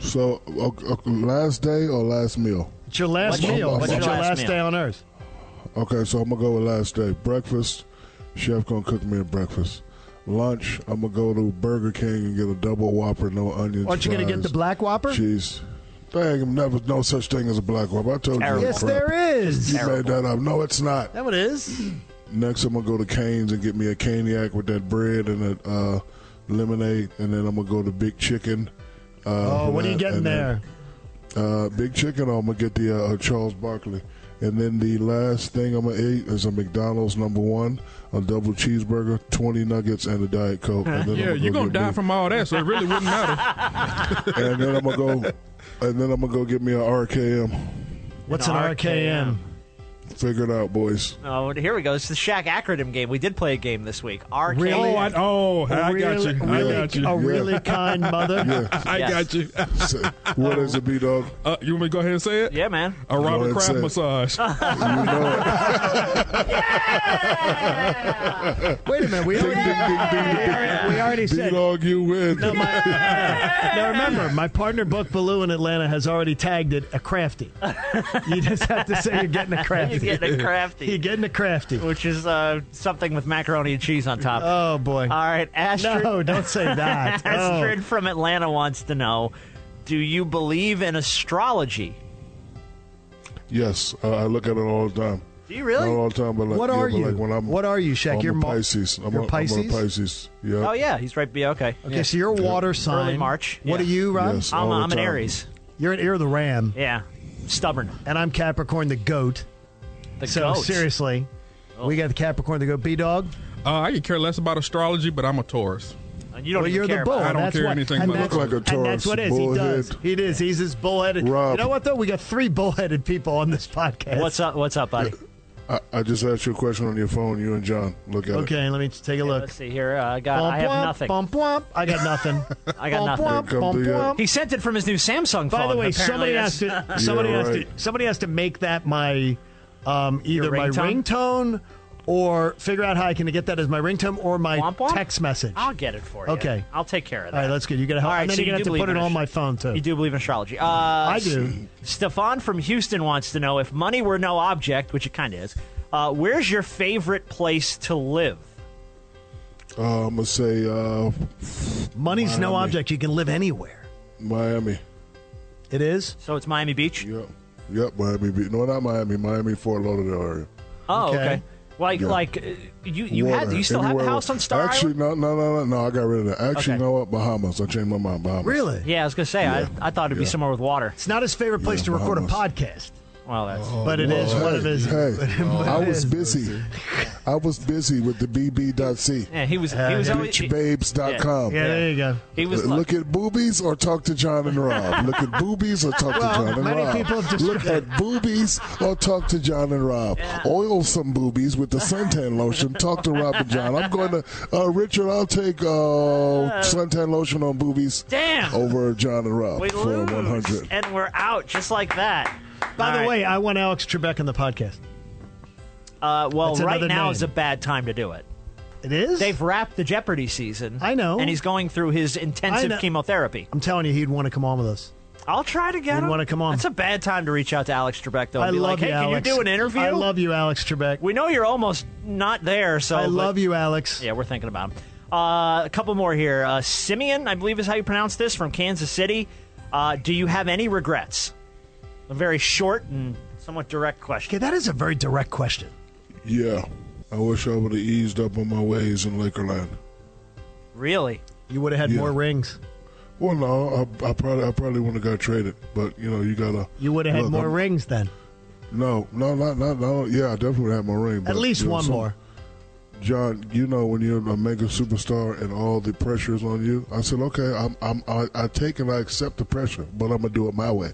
so o o- last day or last meal.
It's your last
What's your-
meal. It's
what's your
your
last
last
meal?
day on earth?
Okay, so I'm gonna go with last day. Breakfast, chef gonna cook me a breakfast. Lunch, I'm gonna go to Burger King and get a double whopper, no onions.
Aren't you gonna get
fries,
the Black Whopper?
Cheese. Dang, never no such thing as a black whopper. I told
Terrible.
you.
Yes,
crap.
there is.
You made that up. No, it's not.
That what it is.
Next, I'm gonna go to Cane's and get me a caniac with that bread and that uh, lemonade, and then I'm gonna go to Big Chicken. Uh,
Oh, what are you
that,
getting
and then-
there?
uh, Big Chicken. I'm gonna get the uh, Charles Barkley, and then the last thing I'm gonna eat is a McDonald's number one, a double cheeseburger, twenty nuggets, and a diet coke. And then
Yeah,
I'm
you're gonna
go get
die
me-
from all that, so it really wouldn't matter.
(laughs) And then I'm gonna go, and then I'm gonna go get me a RKM.
What's an RKM?
Figure it out, boys.
(laughs) Oh, here we go. It's the Shaq acronym game. We did play a game this week. RK.
Really?
Oh, I, oh, I got
Really-
you.
really-
I got you.
A
Yeah.
really kind mother.
(laughs)
Yeah.
I
Yes.
got you.
So, what is it, B dog?
Uh, you want me to go ahead and say it?
(laughs)
Yeah, man.
A Robert
No, that's
Kraft
it.
massage.
Uh,
You know
Wait a minute. We already, (laughs) we already
it. B
said.
dog, you win.
Now remember, my partner Buck Baloo in Atlanta has already tagged it a crafty. You just have to say you're getting a crafty.
You're getting a crafty.
You're getting a crafty.
(laughs) which is uh, something with macaroni and cheese on top.
Oh boy.
All right, Astrid.
No, don't say
(laughs)
that. Oh.
Astrid from Atlanta wants to know: Do you believe in astrology?
Yes, I, I look at it all the time.
Do you really?
Not
Oh.
all the time, but like,
What
yeah,
are
but
you?
Like when I'm,
What are you, Shaq?
I'm
You're
a
Mar-
Pisces. I'm
you're
a,
Pisces?
I'm a Pisces. Yeah.
Oh yeah, he's right. Yeah, okay.
Okay,
Yeah.
so you're a water sign.
Early March.
What
Yeah.
are you, Rob?
Yes,
I'm,
all the
I'm an
time.
Aries.
You're an ear of the ram,
Yeah, stubborn.
and I'm Capricorn the goat.
The
so
goat. Oh.
seriously, we got the Capricorn the goat. B dog.
(laughs) Uh, I could care less about astrology, but I'm a Taurus.
And Uh, You don't
well,
even
you're
care
the bull.
about it. I don't
that's
care
why-
anything
and
about
that's,
it.
Look like a
and that's
Taurus,
what it is. He does.
bullhead.
He is. He's this bullheaded.
Rob.
You know what though? We got three bullheaded people on this podcast.
What's up? What's up, buddy?
I, I just asked you a question on your phone. You and John, look at it.
Okay, let me take a look.
Let's see here. Uh, I got. I
Bump,
have
womp,
nothing.
bump, womp. I got nothing.
(laughs) I got
Bump,
nothing.
womp,
Come
bump,
to you.
womp.
He sent it from his new Samsung phone.
By the way,
apparently.
somebody has
That's-
to.
(laughs)
Somebody
Yeah,
has to.
right.
Somebody has to make that my, um, either my
ringtone?
ringtone, or figure out how I can get that as my ringtone or my
Womp womp?
text message.
I'll get it for you.
Okay.
I'll take care of that.
All right, that's good. You gotta help.
All right,
and then
so
you're
you
gonna
do
have to put
believe
it
in
on
ast-
my phone too.
You do believe in astrology. Uh, I
do.
Stefan from Houston wants to know if money were no object, which it kind of is, uh, where's your favorite place to live?
Uh, I'm gonna say uh,
Money's no
Miami.
object. You can live anywhere.
Miami.
It is.
So it's Miami Beach?
Yep. Yep. Miami Beach. No, not Miami. Miami, Fort Lauderdale area.
Oh, okay.
Okay.
Like,
Yeah.
like uh, you, you had,
Water,
you still have
anywhere
the house
else.
on Star
Actually,
Island?
no, no, no, no, no. I got rid of that. Actually,
Okay.
no, what? Bahamas. I changed my mind. Bahamas.
Really?
Yeah, I was gonna say
Yeah.
I, I thought it'd be
Yeah.
somewhere with water.
It's not his favorite place
Yeah,
to record a
Bahamas.
podcast,
Well, that's
but it is (laughs)
Hey,
one of his.
Hey,
but it
I was
is-
busy. I was busy with the BB.C.
yeah. He was he was always he,
Beachbabes.com.
Yeah, there you go.
he was
Look at boobies or talk to John and Rob. Look at boobies or talk
Well,
to John and
many
Rob.
people have just-
Look at
(laughs)
boobies or talk to John and Rob. Oil some boobies with the suntan lotion. Talk to Rob and John. I'm going to uh, Richard. I'll take uh, suntan lotion on boobies.
Damn.
Over John and Rob
we
for
lose
100.
and we're out just like that.
By the
All right.
way, I want Alex Trebek on the podcast.
Uh, well,
That's
right
another
now
name.
is a bad time to do it.
It is.
They've wrapped the Jeopardy season.
I know.
and he's going through his
I
intensive
know.
chemotherapy.
I'm telling you, he'd want to come on with us.
I'll try to get
We'd
him.
wanna come on.
It's a bad time to reach out to Alex Trebek though.
I
and be
love
like,
you,
hey,
Alex.
can you do an interview?
I love you, Alex Trebek.
We know you're almost not there, so
I
but-
love you, Alex.
Yeah, we're thinking about him. Uh, a couple more here. Uh, Simeon, I believe is how you pronounce this, from Kansas City. Uh, do you have any regrets? A very short and somewhat direct question.
Okay, that is a very direct question.
Yeah. I wish I would have eased up on my ways in Lakerland.
Really?
You would have had
Yeah.
more rings.
Well, no, I, I probably I probably wouldn't have got traded, but you know you gotta.
You would have had
Look,
more
I'm-
rings then.
No, no, not not no. Yeah, I definitely would have had more ring.
At
but,
least
you know,
one
some-
more.
John, you know when you're a mega superstar and all the pressure is on you. I said, okay, I'm, I'm I, I take and I accept the pressure, but I'm gonna do it my way.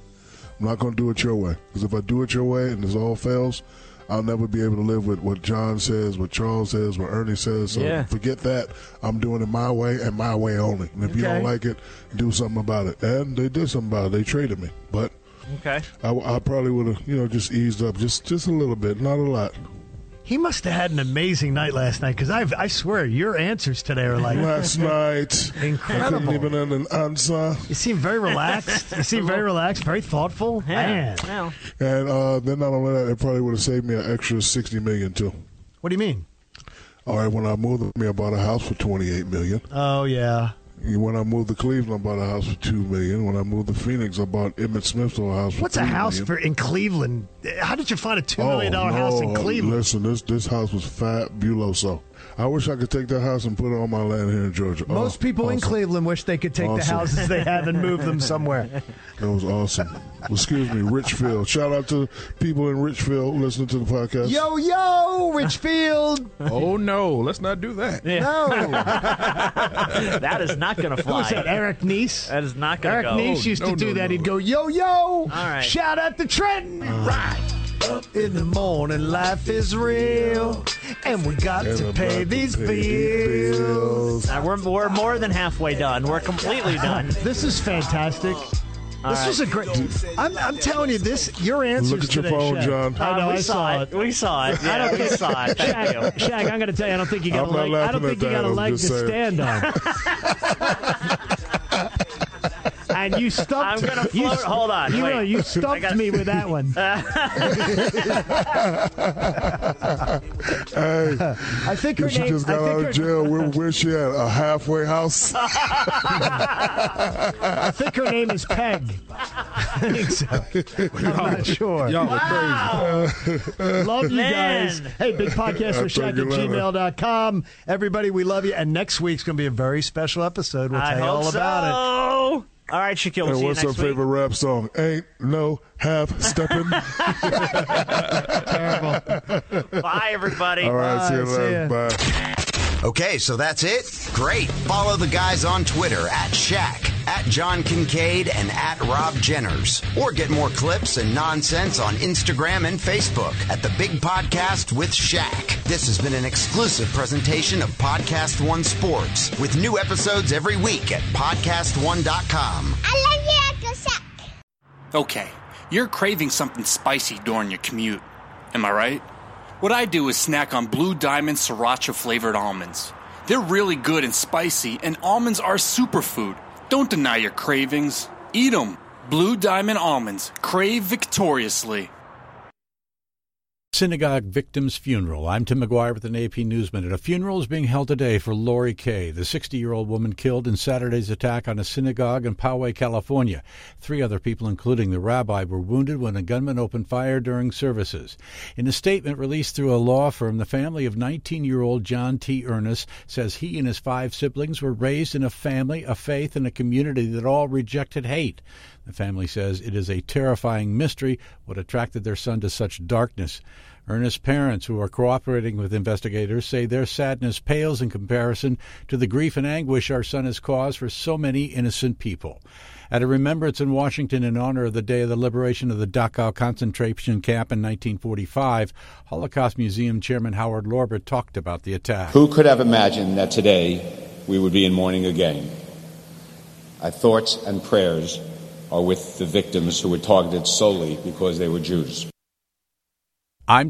I'm not gonna do it your way because if I do it your way and this all fails, I'll never be able to live with what John says, what Charles says, what Ernie says. So
Yeah.
forget that. I'm doing it my way and my way only. And if you don't
Okay.
like it, do something about it. And they did something about it. They traded me, but.
Okay.
I, I probably would have, you know, just eased up just just a little bit, not a lot.
He must have had an amazing night last night because I I swear your answers today are like
Last night,
Incredible.
I couldn't even an answer.
you seem very relaxed. You seem
(laughs)
very relaxed, very thoughtful. Man,
Well,
And uh, then not only that, it probably would have saved me an extra sixty million too.
what do you mean?
All right, when I moved, me I bought a house for twenty eight million.
Oh yeah,
When I moved to Cleveland, I bought a house for two million. When I moved to Phoenix, I bought Emmett Smith's old house. For
what's a
$3
house
million.
for in Cleveland? How did you find a two million dollar
Oh, no.
house in Cleveland?
Listen, this this house was fabuloso. I wish I could take that house and put it on my land here in Georgia.
Most
Oh,
people in
awesome.
Cleveland wish they could take the
Awesome.
houses they have and move them
(laughs)
somewhere.
That was awesome. Well, Excuse me, Richfield. Shout out to people in Richfield listening to the podcast.
Yo yo,
(laughs)
Richfield.
oh no, let's not do
(laughs)
that.
No,
that is not going to
(laughs) who was that?
fly.
Eric Neese.
That is not going to
Eric
go.
Oh,
Neese used to
no,
do
no,
that.
no.
He'd go, yo, yo.
right.
Shout out to Trenton.
Uh.
Right. Up in the morning, life is real. And we got
And
to
I'm
pay
about to
these
pay
bills.
bills.
Uh, we're, we're more than halfway done. We're completely done.
This is fantastic. this was a great. I'm, I'm telling you, this your answers.
Look at your
today,
phone,
Shaq.
John.
I know.
Uh, we
I saw it.
We saw it. Yeah, we saw it. Thank you.
Shaq, I'm going to tell you, I don't think you got a
I'm not
leg. I don't
laughing at
think you
that,
got a
I'm
leg to
just saying.
stand on. (laughs) and you
I'm
stumped.
gonna
you,
float- hold on,
You
wait.
know, you
I
stumped
gotta-
me with
(laughs)
that one. (laughs)
Hey,
I think her
she
name.
just
I
got
think
out
her-
of jail. Where, where's she at? A halfway house? (laughs)
I think her name is Peg.
think so. I'm not sure.
Y'all
wow.
are
love you guys. Hey, big podcast with Shaq at gmail.com. Everybody, we love you. And next week's going to be a very special episode. We'll
I
tell you
hope
all about it.
so. All right, Shaquille. we'll
And
see you
what's
next
her
week.
favorite rap song? Ain't no half
(laughs)
stepping.
Bye,
(laughs)
everybody.
All right, see you later. Bye.
Okay, so that's it? Great. Follow the guys on Twitter at Shaq, at John Kincaid, and at Rob Jenners. Or get more clips and nonsense on Instagram and Facebook at The Big Podcast with Shaq. This has been an exclusive presentation of Podcast One Sports, with new episodes every week at PodcastOne.com.
Okay, you're craving something spicy during your commute. Am I right? What I do is snack on Blue Diamond Sriracha flavored almonds. They're really good and spicy, and almonds are superfood. Don't deny your cravings. Eat them. Blue Diamond Almonds. Crave victoriously.
Synagogue Victims Funeral. I'm Tim McGuire with an AP Newsman. A funeral is being held today for Lori Kay, the 60 year old woman killed in Saturday's attack on a synagogue in Poway, California. Three other people, including the rabbi, were wounded when a gunman opened fire during services. In a statement released through a law firm, the family of 19 year old John T. Ernest says he and his five siblings were raised in a family, a faith, and a community that all rejected hate. The family says it is a terrifying mystery what attracted their son to such darkness. Ernest's parents, who are cooperating with investigators, say their sadness pales in comparison to the grief and anguish our son has caused for so many innocent people. At a remembrance in Washington in honor of the day of the liberation of the Dachau concentration camp in 1945, Holocaust Museum Chairman Howard Lorber talked about the attack.
Who could have imagined that today we would be in mourning again? Our thoughts and prayers are with the victims who were targeted solely because they were Jews.